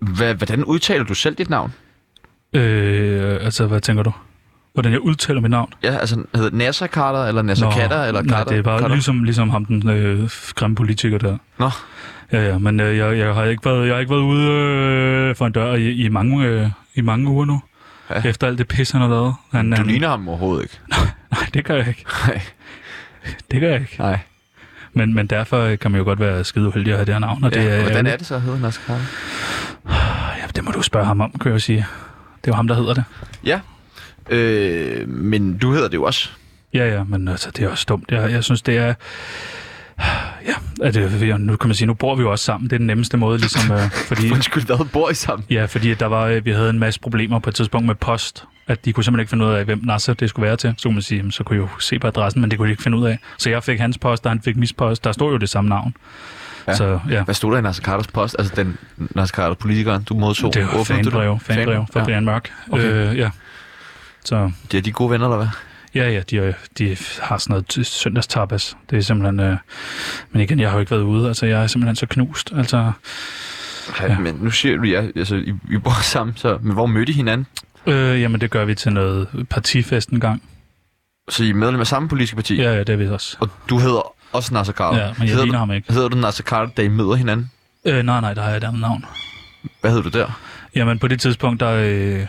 B: Hva, hvordan udtaler du selv dit navn?
D: Øh, altså, hvad tænker du? Hvordan jeg udtaler mit navn?
B: Ja, altså, hedder det Nasser Carter, eller Nasser Katter, eller
D: nej,
B: Carter?
D: det er bare
B: Carter?
D: ligesom, ligesom ham, den øh, grimme politiker der.
B: Nå,
D: Ja, ja, men øh, jeg, jeg, har ikke været, jeg har ikke været ude øh, for en dør i, i, mange, øh, i mange uger nu.
B: Ja.
D: Ja. Efter alt det pis, han har lavet. Han,
B: du
D: han,
B: ligner ham overhovedet ikke.
D: (laughs) Nej, det gør jeg ikke.
B: (laughs) Nej.
D: Det gør jeg ikke.
B: Nej.
D: Men, men derfor øh, kan man jo godt være skide uheldig at have det her navn. Og det
B: Ja,
D: er, øh,
B: hvordan er det så, at hedde Nasser Carter?
D: Ja, det må du spørge ham om, kan jeg jo sige. Det er jo ham, der hedder det.
B: Ja. Øh, men du hedder det jo også. (laughs)
D: Ja, ja, men altså, det er også dumt. Jeg, jeg synes, det er... Ja, at, øh, ja, nu kan man sige, nu bor vi jo også sammen. Det er den nemmeste måde, ligesom... Øh,
B: (laughs)
D: fordi,
B: Undskyld, der bor I sammen.
D: ja, fordi at der var, øh, vi havde en masse problemer på et tidspunkt med post. At de kunne simpelthen ikke finde ud af, hvem Nasser det skulle være til. Så kunne man sige, jamen, så kunne jeg jo se på adressen, men det kunne de ikke finde ud af. Så jeg fik hans post, og han fik mis post. Der stod jo det samme navn.
B: Ja.
D: Ja. Så ja,
B: Hvad stod der i Nasser Carters post? Altså den Nasser Carter politikeren, du modtog?
D: det var
B: Åbnede du den?
D: fanbrev, fanbrev
B: ja.
D: fra ja. Brian Mørk.
B: Okay.
D: Okay. Øh, ja. Så
B: Det er de gode venner, eller hvad?
D: Ja, ja, de, øh, de har sådan noget t- søndagstapas. Det er simpelthen... Øh, men igen, jeg har jo ikke været ude. Altså, jeg er simpelthen så knust. Altså,
B: Ja, men nu siger du, ja, altså, I, I bor (laughs) sammen, så, men hvor mødte I hinanden?
D: øh, jamen, det gør vi til noget partifest en gang.
B: Så I er medlem af samme politiske parti?
D: Ja, ja, det er vi også.
B: Og du hedder også Nasser Carter?
D: Ja, men jeg
B: hedder du,
D: ligner ham ikke.
B: Hedder du Nasser Carter, da I møder hinanden?
D: Øh, nej, nej, der har jeg et andet navn.
B: Hvad hedder du der?
D: Jamen, på det tidspunkt, der... Øh,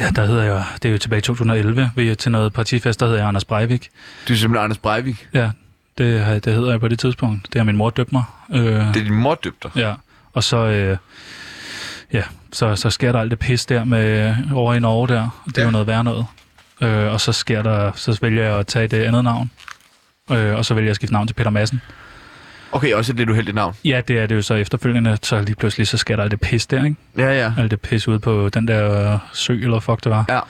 D: ja, der hedder jeg... Det er jo tilbage i 2011. Vi til noget partifest, der hedder jeg Anders Breivik.
B: Du er simpelthen Anders Breivik.
D: Ja, det, har- det hedder jeg på det tidspunkt. Det har min mor døbt mig. Øh,
B: Det er din mor døbter.
D: Ja, og så, øh, ja, så, så sker der alt det pis der med, over i Norge der. Det er jo noget værre noget. Øh, og så sker der, så vælger jeg at tage et øh, andet navn. Øh, og så vælger jeg at skifte navn til Peter Madsen.
B: Okay, også et lidt uheldigt navn.
D: Ja, det er det jo så efterfølgende, så lige pludselig, så sker der alt det pis der, ikke?
B: Ja, ja.
D: Alt det pis ude på den der øh, sø, eller fuck det var.
B: Ja.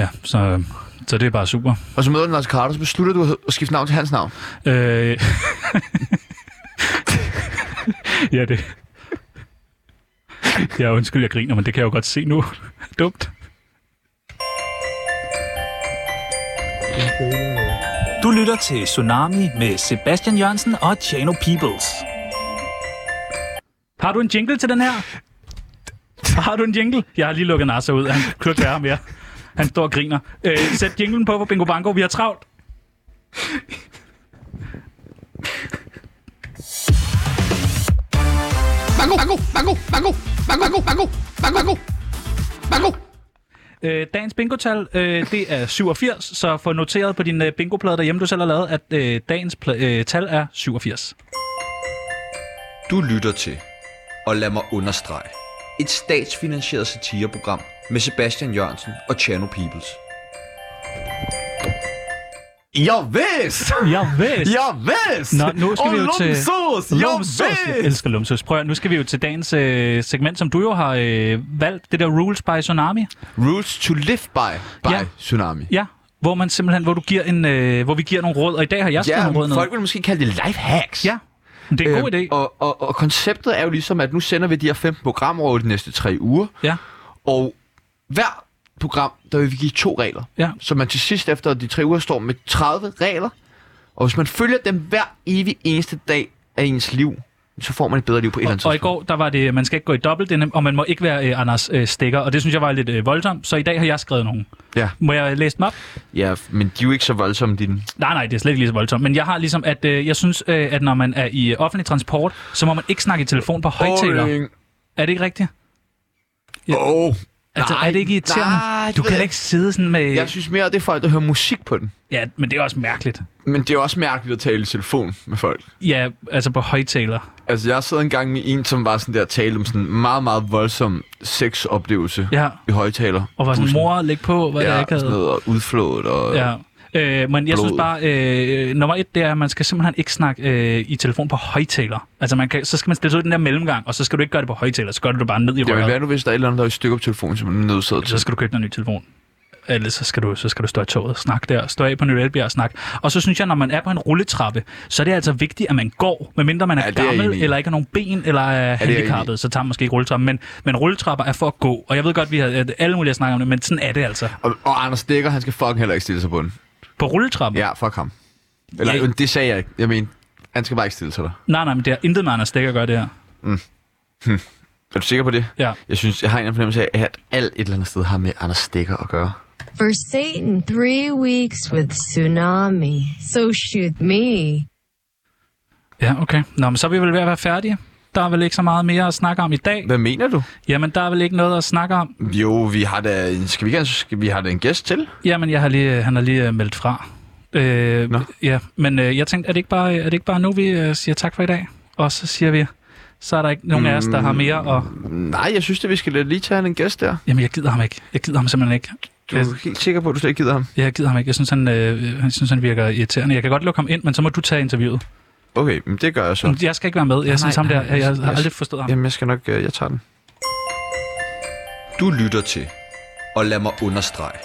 D: Ja, så, så det er bare super.
B: Og så møder du Nasser Carter, så beslutter du at skifte navn til hans navn.
D: Øh... (laughs) ja, det... Ja, undskyld, jeg griner, men det kan jeg jo godt se nu. (laughs) Dumt.
A: Du lytter til Tsunami med Sebastian Jørgensen og Tjano Peoples.
D: Har du en jingle til den her? Har du en jingle? Jeg har lige lukket Nasser ud. Han kunne ikke være mere. Han står og griner. Øh, sæt jinglen på for Bingo Bango. Vi har travlt.
B: Bango, bango, bango, bango, bango, bango, bango, bango, bango, bango.
D: Øh, dagens bingotal, øh, det er 87, så få noteret på din øh, bingoplade derhjemme, du selv har lavet, at øh, dagens pla- øh, tal er 87.
H: Du lytter til, og lad mig understrege, et statsfinansieret satireprogram med Sebastian Jørgensen og Chano Peoples.
B: Ja, vist!
D: Jeg ved.
B: Ja, vist!
D: Nå, nu skal
B: og
D: vi jo til...
B: Lumsos! Ja,
D: Lumsos! Jeg
B: vist!
D: elsker lumsos. Prøv at, nu skal vi jo til dagens øh, segment, som du jo har øh, valgt, det der Rules by Tsunami.
B: Rules to live by, by
D: Ja.
B: Tsunami.
D: Ja, hvor man simpelthen, hvor du giver en, øh, hvor vi giver nogle råd, og i dag har jeg skrevet nogle råd
B: Ja,
D: ned.
B: folk vil måske kalde det life hacks.
D: Ja, men det er en god idé.
B: Øhm, Og, og, og konceptet er jo ligesom, at nu sender vi de her 15 programmer over de næste tre uger,
D: Ja,
B: og hver program, der vil vi give to regler.
D: ja,
B: Så man til sidst efter de tre uger står med 30 regler, og hvis man følger dem hver evig eneste dag af ens liv, så får man et bedre liv på et eller andet
D: Og i
B: tidspunkt.
D: går, der var det, man skal ikke gå i dobbelt, og man må ikke være øh, Anders øh, Stikker, og det synes jeg var lidt øh, voldsomt, så i dag har jeg skrevet nogen.
B: Ja.
D: Må jeg læse dem op?
B: Ja, men de er jo ikke så voldsomme, dine.
D: Nej, nej, det er slet ikke lige så voldsomt, men jeg har ligesom, at øh, jeg synes, øh, at når man er i øh, offentlig transport, så må man ikke snakke i telefon på højtaler. Er det ikke rigtigt? Ja.
B: Oh.
D: Altså,
B: Nej,
D: er det ikke irriterende?
B: nej, det
D: du
B: ved
D: kan da
B: jeg-
D: ikke sidde sådan med...
B: Jeg synes mere, det er folk, der hører musik på den.
D: Ja, men det er også mærkeligt.
B: Men det er også mærkeligt at tale i telefon med folk.
D: Ja, altså på højtaler.
B: Altså, jeg sad engang med en, som var sådan der talte om sådan en meget, meget voldsom sexoplevelse
D: Ja.
B: i højtaler.
D: Og var sådan,
B: Bussen.
D: mor, læg på, hvad
B: ja,
D: jeg ikke
B: og
D: havde.
B: sådan noget, og udflået og...
D: Ja. Øh, men jeg synes
B: Blod.
D: bare, øh, nummer et, det er, at man skal simpelthen ikke snakke øh, i telefon på højtaler. Altså, man kan, så skal man stille sig ud i den der mellemgang, og så skal du ikke gøre det på højtaler, så gør du det bare ned i
B: Det vil
D: røret.
B: være nu, hvis der er et eller andet, der er i stykker på telefonen, som man er nødsaget til.
D: Så skal du købe dig en ny telefon. Ellers så skal, du, så skal du stå i toget og snakke der. Stå af på Nyt Elbjerg og snakke. Og så synes jeg, når man er på en rulletrappe, så er det altså vigtigt, at man går, medmindre man er,
B: Ja,
D: ja,
B: det er jeg enig
D: gammel,
B: i.
D: eller ikke har nogen ben, eller er
B: jeg enig
D: handicappet, så tager man måske ikke rulletrappen. Men, men rulletrapper er for at gå. Og jeg ved godt, vi har, at alle mulige snakker om det, men sådan er det altså.
B: Og, og Anders Dækker, han skal fucking heller ikke stille sig på den.
D: På rulletrappen?
B: Ja, fuck ham. Eller,
D: Ja.
B: ja. det sagde jeg ikke. Jeg mener, han skal bare ikke stille sig der.
D: Nej, nej, men det er intet med Anders Dækker at gøre det her.
B: Er du sikker på det?
D: Ja.
B: Jeg synes, jeg har en eller anden fornemmelse af, at alt et eller andet sted har med Anders Stikker at gøre.
I: For Satan, three weeks with tsunami. So shoot me.
D: Ja, okay. Nå, men så er vi vel ved at være færdige. Der er vel ikke så meget mere at snakke om i dag.
B: Hvad mener du?
D: Jamen, der er vel ikke noget at snakke om.
B: Jo, vi har da en, skal vi, ikke, have- skal vi har da en gæst til.
D: Jamen, jeg har lige, han har lige øh, meldt fra. Øh,
B: Nå.
D: ja, men øh, jeg tænkte, er det, ikke bare, er det ikke bare nu, vi øh, siger tak for i dag? Og så siger vi, så er der ikke nogen af os, der
B: Mm.
D: har mere. Og,
B: Nej, jeg synes, at vi skal lige tage en gæst der.
D: jamen, jeg gider ham ikke. Jeg gider ham simpelthen ikke.
B: Du er helt sikker på, at du slet ikke gider ham.
D: Jeg gider ham ikke. Jeg synes, han, øh, jeg synes, han virker irriterende. Jeg kan godt lukke ham ind, men så må du tage interviewet.
B: Okay, men det gør jeg så.
D: Men Jeg skal ikke være med. Jeg synes, ham der, jeg, jeg har
B: jeg-
D: aldrig forstået ham.
B: Jamen, jeg skal nok... øh, Jeg tager den.
H: Du lytter til, og lad mig understrege,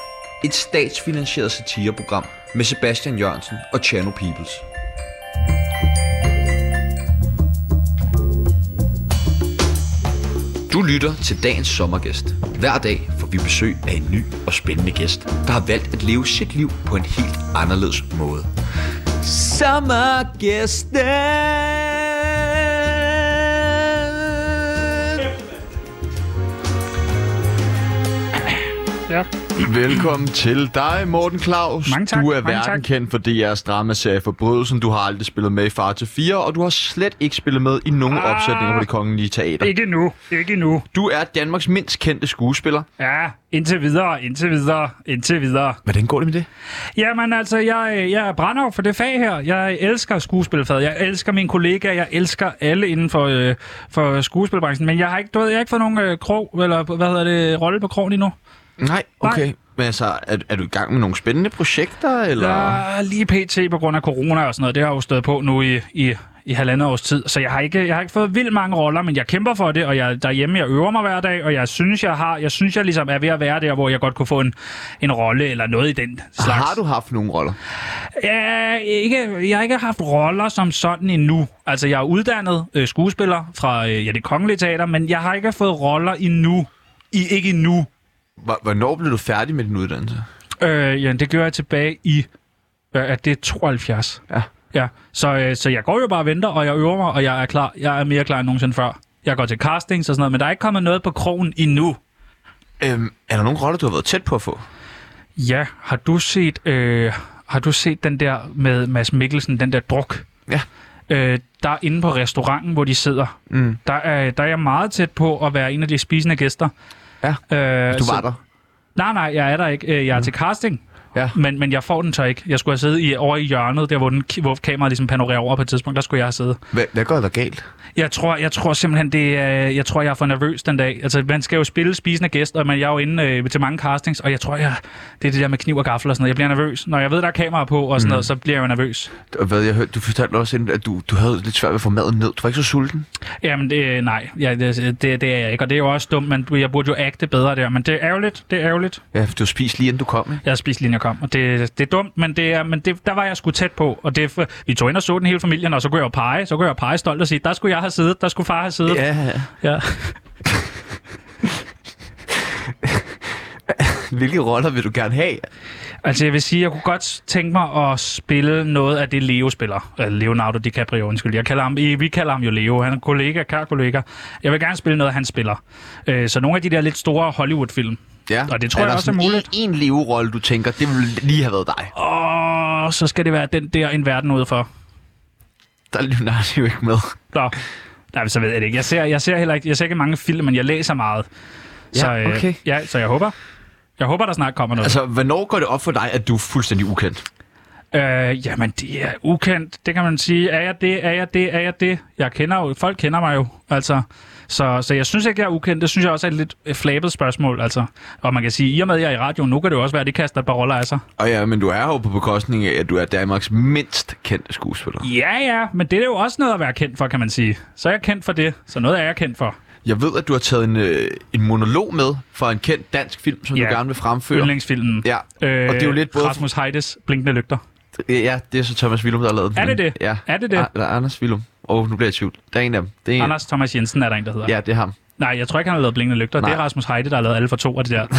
H: et statsfinansieret satireprogram med Sebastian Jørgensen og Chano Peoples. Du lytter til dagens sommergæst. Hver dag får vi besøg af en ny og spændende gæst, der har valgt at leve sit liv på en helt anderledes måde. Sommergæsten!
D: Ja.
B: Velkommen til dig, Morten Claus.
D: Mange tak,
B: Du er
D: mange
B: verden
D: tak.
B: kendt for DR's dramaserie Forbrydelsen. Du har aldrig spillet med i Far til 4, og du har slet ikke spillet med i nogen ah, opsætninger på det kongelige teater.
D: Ikke nu. Ikke nu.
B: Du er Danmarks mindst kendte skuespiller.
D: Ja, indtil videre, indtil videre, indtil videre.
B: Hvordan går det med det?
D: Jamen altså, jeg, jeg brænder jo for det fag her. Jeg elsker skuespilfaget. Jeg elsker mine kollegaer. Jeg elsker alle inden for, øh, for skuespilbranchen. Men jeg har ikke, du ved, jeg har ikke fået nogen øh, krog, eller hvad hedder det, rolle på krogen endnu.
B: Nej, okay. Nej. Men altså, er, er du i gang med nogle spændende projekter, eller? Ja.
D: Der er lige pt. på grund af corona og sådan noget. Det har jo stået på nu i, i, i halvandet års tid. Så jeg har, ikke, jeg har ikke fået vildt mange roller, men jeg kæmper for det. Og jeg, derhjemme, jeg øver mig hver dag, og jeg synes, jeg har, jeg synes, jeg ligesom er ved at være der, hvor jeg godt kunne få en, en rolle eller noget i den slags.
B: Har du haft nogle roller?
D: Ja, ikke, jeg har ikke haft roller som sådan endnu. Altså, jeg er uddannet øh, skuespiller fra øh, ja, det kongelige teater, men jeg har ikke fået roller endnu. I, ikke endnu.
B: Hvor- Hvornår blev du færdig med din uddannelse?
D: Øh, ja, det gør jeg tilbage i, øh, at det er 72.
B: Ja.
D: Ja, så, øh, så jeg går jo bare og venter, og jeg øver mig, og jeg er klar. Jeg er mere klar end nogensinde før. Jeg går til castings og sådan noget, men der er ikke kommet noget på krogen endnu.
B: Øhm, er der nogle roller, du har været tæt på at få?
D: Ja, har du set, øh, har du set den der med Mads Mikkelsen, den der druk?
B: Ja.
D: Øh, der er inde på restauranten, hvor de sidder.
B: Mm.
D: Der, er, der er jeg meget tæt på at være en af de spisende gæster.
B: Ja, Altså,
D: øh,
B: Du var der.
D: Nej, nej, jeg er der ikke. Øh, Jeg er mm. til casting.
B: Ja.
D: Men, men jeg får den så ikke. Jeg skulle have siddet i, over i hjørnet, der hvor, den, hvor kameraet ligesom panorerer over på et tidspunkt. Der skulle jeg have siddet.
B: Hvad, hvad går der galt?
D: Jeg tror, jeg tror simpelthen, det er, Øh, jeg tror, jeg er for nervøs den dag. Altså, man skal jo spille spisende gæst, og man, jeg er jo inde øh, til mange castings, og jeg tror, jeg, det er det der med kniv og gaffel og sådan noget. Jeg bliver nervøs. Når jeg ved, der er kamera på og sådan mm. noget, så bliver jeg jo nervøs.
B: Og Hvad jeg hørte, du fortalte også, inden, at du, du havde lidt svært ved at få maden ned. Du var ikke så sulten.
D: Jamen, det, øh, nej, ja, det, det, det, er jeg ikke, og det er jo også dumt, men jeg burde jo agte bedre der. Men det er ærgerligt, det er ærgerligt.
B: Ja, for du spiste lige inden du kom, ikke?
D: Jeg spiste lige, inden jeg kom, og det, det er dumt, men, det er, men det, der var jeg sgu tæt på. Og det, er for- vi tog ind og så den hele familien, og så kunne jeg jo pege, så kunne jeg jo pege stolt og sige, der skulle jeg have siddet, der skulle far have siddet.
B: Ja.
D: Ja.
B: Hvilke roller vil du gerne have?
D: Altså, jeg vil sige, jeg kunne godt tænke mig at spille noget af det, Leo spiller. Øh, Leonardo DiCaprio, undskyld. Jeg kalder ham, eh, vi kalder ham jo Leo. Han er kollega, kær kollega. Jeg vil gerne spille noget, han spiller. Øh, så nogle af de der lidt store Hollywood-film.
B: Ja.
D: Og det tror
B: der
D: jeg også er
B: sådan
D: muligt.
B: En, en leverolle, du tænker, det ville lige have været dig.
D: Og så skal det være den der, en verden udenfor.
B: Der er Leonardo jo ikke med.
D: Nå, nej, men så ved jeg det ikke. Jeg ser, jeg ser heller ikke, jeg ser ikke mange film, men jeg læser meget.
B: Ja,
D: så, øh,
B: okay.
D: ja, så jeg håber, jeg håber, der snart kommer noget.
B: Altså, hvornår går det op for dig, at du er fuldstændig ukendt?
D: Øh, jamen, det er ukendt. Det kan man sige. Er jeg det? Er jeg det? Er jeg det? Jeg kender jo... Folk kender mig jo, altså. Så, så jeg synes ikke, jeg er ukendt. Det synes jeg også er et lidt øh, flabet spørgsmål, altså. Og man kan sige, i og med, at jeg er i radioen, nu kan det jo også være, at det kaster et par roller af sig.
B: Og ja, men du er jo på bekostning af, at du er Danmarks mindst kendte skuespiller.
D: Ja, ja, men det er jo også noget at være kendt for, kan man sige. Så er jeg kendt for det, så noget er jeg kendt for.
B: Jeg ved, at du har taget en, øh, en monolog med fra en kendt dansk film, som
D: Ja.
B: du gerne vil fremføre.
D: Yndlingsfilmen. Øh,
B: Ja, og det er jo lidt både...
D: Rasmus Heides Blinkende Lygter.
B: Ja, det er så Thomas Willum, der har lavet den.
D: Er det det?
B: Ja.
D: Er det det?
B: Ar- eller Anders Willum. Åh, oh, nu bliver jeg i tvivl. Der er en af dem. Det er en...
D: Anders Thomas Jensen er der en, der hedder.
B: Ja, det er ham.
D: Nej, jeg tror ikke, han har lavet Blinkende Lygter. Nej. Det er Rasmus Heide, der har lavet alle for to af
B: (laughs)
D: det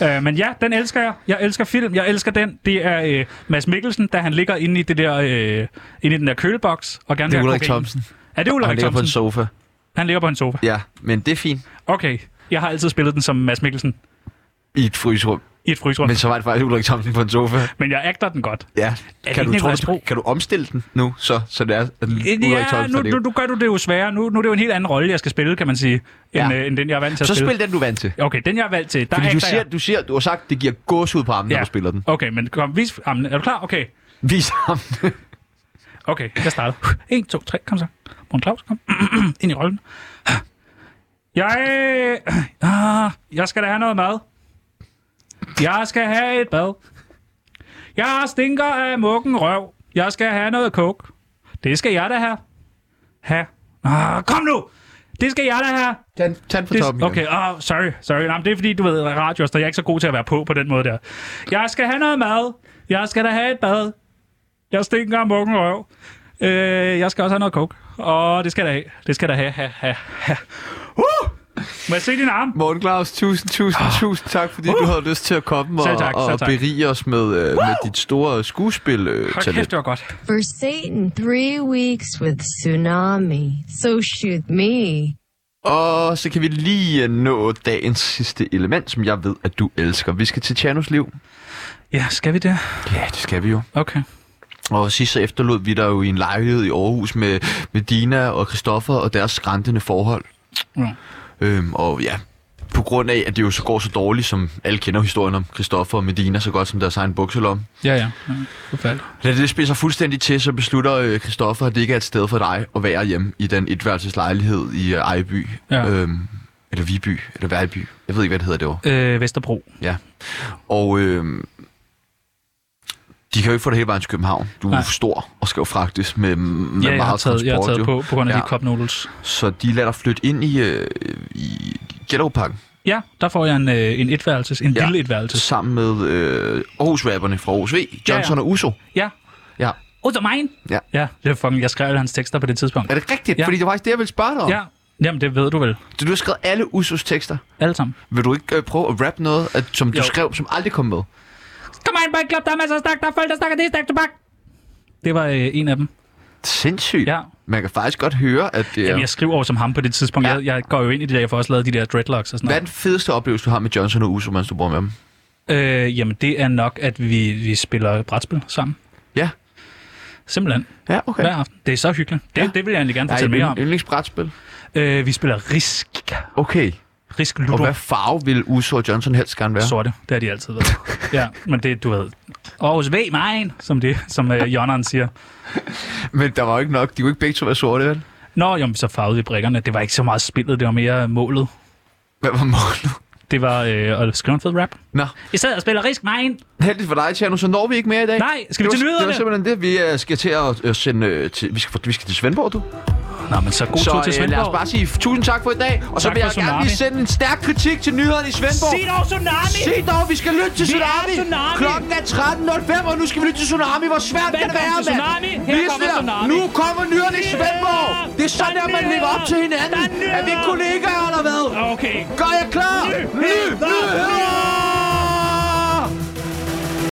D: der. øh, men ja, den elsker jeg. Jeg elsker film. Jeg elsker den. Det er øh, Mads Mikkelsen, da han ligger inde i, det der, øh, inde i den der køleboks. Og gerne
B: Det er
D: vil have
B: Ulrik
D: kokain.
B: Thomsen.
D: Er det
B: Han
D: Ulrik
B: ligger på en
D: Thomsen?
B: sofa.
D: Han ligger på en sofa.
B: Ja, men det er fint.
D: Okay, jeg har altid spillet den som Mads Mikkelsen
B: I et fryserum.
D: i et frysrum.
B: Men
D: Men,
B: så var det faktisk Ulrik Thomsen på en sofa.
D: men jeg agter den godt.
B: Ja.
D: det
B: Kan du, tror,
D: ikke Nicolas
B: du,
D: Bro?
B: kan du omstille den nu, så, så det er, at Ulrik
D: Ja,
B: Thomsen
D: nu,
B: er det
D: nu,
B: jo.
D: nu gør du det jo sværere. Nu, nu er det jo en helt anden rolle, jeg skal spille, kan man sige, end,
B: Ja.
D: øh, end den, jeg er vant til at
B: Så
D: spille.
B: spil den, du er vant til.
D: Okay, den jeg er valgt til, der
B: Fordi
D: agter
B: du siger,
D: jeg.
B: du siger, du har sagt, det giver gås ud på armen, ja. når du spiller den.
D: Okay, men kom, vis armen. Er du klar? Okay.
B: Vis
D: (laughs)
B: ham.
D: Okay, jeg starter. 1, 2, 3, kom så. Morten Claus, kom. (clears throat) Ind i rollen. Jeg... Ah, jeg skal da have noget mad. Jeg skal have et bad. Jeg stinker af mukken røv. Jeg skal have noget kok. Det skal jeg da have. Ha. Ah, kom nu! Det skal jeg da have.
B: Tag, tag den fra
D: Det,
B: toppen igen.
D: okay, oh, sorry, sorry. Nej, men det er fordi, du ved, radio, så jeg er ikke så god til at være på på den måde der. Jeg skal have noget mad. Jeg skal da have et bad. Jeg stinker af mukken røv. Øh, jeg skal også have noget coke. Og det skal jeg da have. Det skal jeg da have. Ha, ha, ha. Uh! Må jeg se din arm?
B: Morten Claus, tusind, tusind, oh. tusind tak, fordi du havde lyst til at komme
D: Ah. Uh. Selv
B: og,
D: tak, selv
B: og
D: tak.
B: berige os med, øh, med dit store øh,
D: Hold kæft,
B: skuespil-talent.
D: det var godt.
I: For Satan, three weeks with tsunami. So shoot me.
B: Og så kan vi lige øh, nå dagens sidste element, som jeg ved, at du elsker. Vi skal til Chanos liv.
D: Ja, skal vi det?
B: Ja, det skal vi jo.
D: Okay.
B: Og sidst så efterlod vi dig jo i en lejlighed i Aarhus med, med Dina og Christoffer og deres skræntende forhold.
D: Ja.
B: Øhm, og ja, på grund af, at det jo så går så dårligt, som alle kender historien om Christoffer og Medina, så godt som deres egen bukselom.
D: Ja, ja. ja. forfærdeligt.
B: Da det spidser fuldstændig til, så beslutter øh, Christoffer, at det ikke er et sted for dig at være hjemme i den etværelseslejlighed i øh, Ejby.
D: Ja.
B: Øhm, eller Viby, eller Værby. Jeg ved ikke, hvad det hedder det år.
D: Øh, Vesterbro.
B: Ja. Og øh, de kan jo ikke få det hele vejen til København. Du er
D: Nej.
B: jo stor og skal jo fragtes med, med
D: ja, jeg har
B: meget
D: taget, jeg har
B: transport,
D: taget
B: jo.
D: på på grund af
B: ja.
D: ja. de cup noodles.
B: Så de lader dig flytte ind i, øh, i Gellerupparken
D: Ja, der får jeg en, øh, en etværelses, en
B: Ja.
D: ja. lille etværelses.
B: sammen med øh, Aarhus-rapperne fra Aarhus V, Johnson
D: ja.
B: og Uso.
D: Ja.
B: Ja.
D: Ud af mig.
B: Ja.
D: ja, det er fucking, jeg skrev alle hans tekster på det tidspunkt.
B: Er det rigtigt? Ja.
D: Ja.
B: Fordi det var faktisk det, jeg ville spørge dig om.
D: Ja, jamen det ved du vel.
B: Du du har skrevet alle Usos tekster.
D: Alle sammen.
B: Vil du ikke øh, prøve at rappe noget, at, som du
D: Jo.
B: skrev, som aldrig kom med?
D: Kom ind, boy, klub, der er masser af snak, der er folk, der snakker, det er snak tobak. Det var øh, en af dem.
B: Sindssygt.
D: Ja.
B: Man kan faktisk godt høre, at det er...
D: Jamen, jeg skriver over som ham på det tidspunkt.
B: Ja.
D: Ja. Jeg, jeg, går jo ind i det der, jeg får også lavet de der dreadlocks og sådan
B: Hvad er
D: noget.
B: den fedeste oplevelse, du har med Johnson og Uso, mens du bor med dem?
D: Øh, jamen, det er nok, at vi, vi spiller brætspil sammen.
B: Ja.
D: Simpelthen.
B: Ja, okay.
D: Hver aften. Det er så hyggeligt. Det,
B: Ja.
D: ja. det vil jeg egentlig gerne
B: er
D: fortælle mere om.
B: et yndlingsbrætspil.
D: Øh, vi spiller Risk.
B: Okay.
D: Risk
B: Og
D: Ludo.
B: hvad farve vil Uso og Johnson helst gerne være?
D: Sorte. Det har de
B: (laughs)
D: altid været. ja, men det, du ved. Aarhus V, mine, som, det, som øh, Jonneren siger.
B: Men der var jo ikke nok. De kunne ikke begge to være sorte, vel?
D: Nå, jo, men så farvede vi brikkerne. Det var ikke så meget spillet, det var mere målet.
B: Hvad var målet?
D: Det var øh, at skrive en fed rap.
B: Nå,
D: Jeg sad og spiller Risk Mine.
B: heldigt for dig, Tjerno, så når vi ikke mere i dag.
D: Nej, skal vi
B: det
D: til
B: var, Det var
D: nyhederne?
B: simpelthen det, vi øh, skal til at øh, sende øh, til, vi skal, vi skal til Svendborg, du.
D: Nå, men så god
B: så øh,
D: tur til
B: lad
D: Svendborg.
B: os bare sige tusind tak for i dag, og så
D: Tak
B: vil
D: for
B: jeg gerne lige
D: Tsunami.
B: sende en stærk kritik til nyhederne i Svendborg.
D: Se dog Tsunami!
B: Se dog, vi skal lytte til
D: Vi er
B: Tsunami.
D: Tsunami.
B: Klokken er 13.05, og nu skal vi lytte til Tsunami. Hvor svært kan det
D: Velkommen
B: være,
D: til Tsunami. Her
B: Lige
D: kommer
B: der.
D: Tsunami.
B: Nu kommer nyhederne i Svendborg. Det er sådan,
D: Der er
B: at man lægger op til hinanden.
D: nyheder. Der
B: Er
D: er
B: vi kollegaer eller hvad?
D: Okay.
B: Gør jeg klar? Ny,
D: Nyheder.
B: nyheder!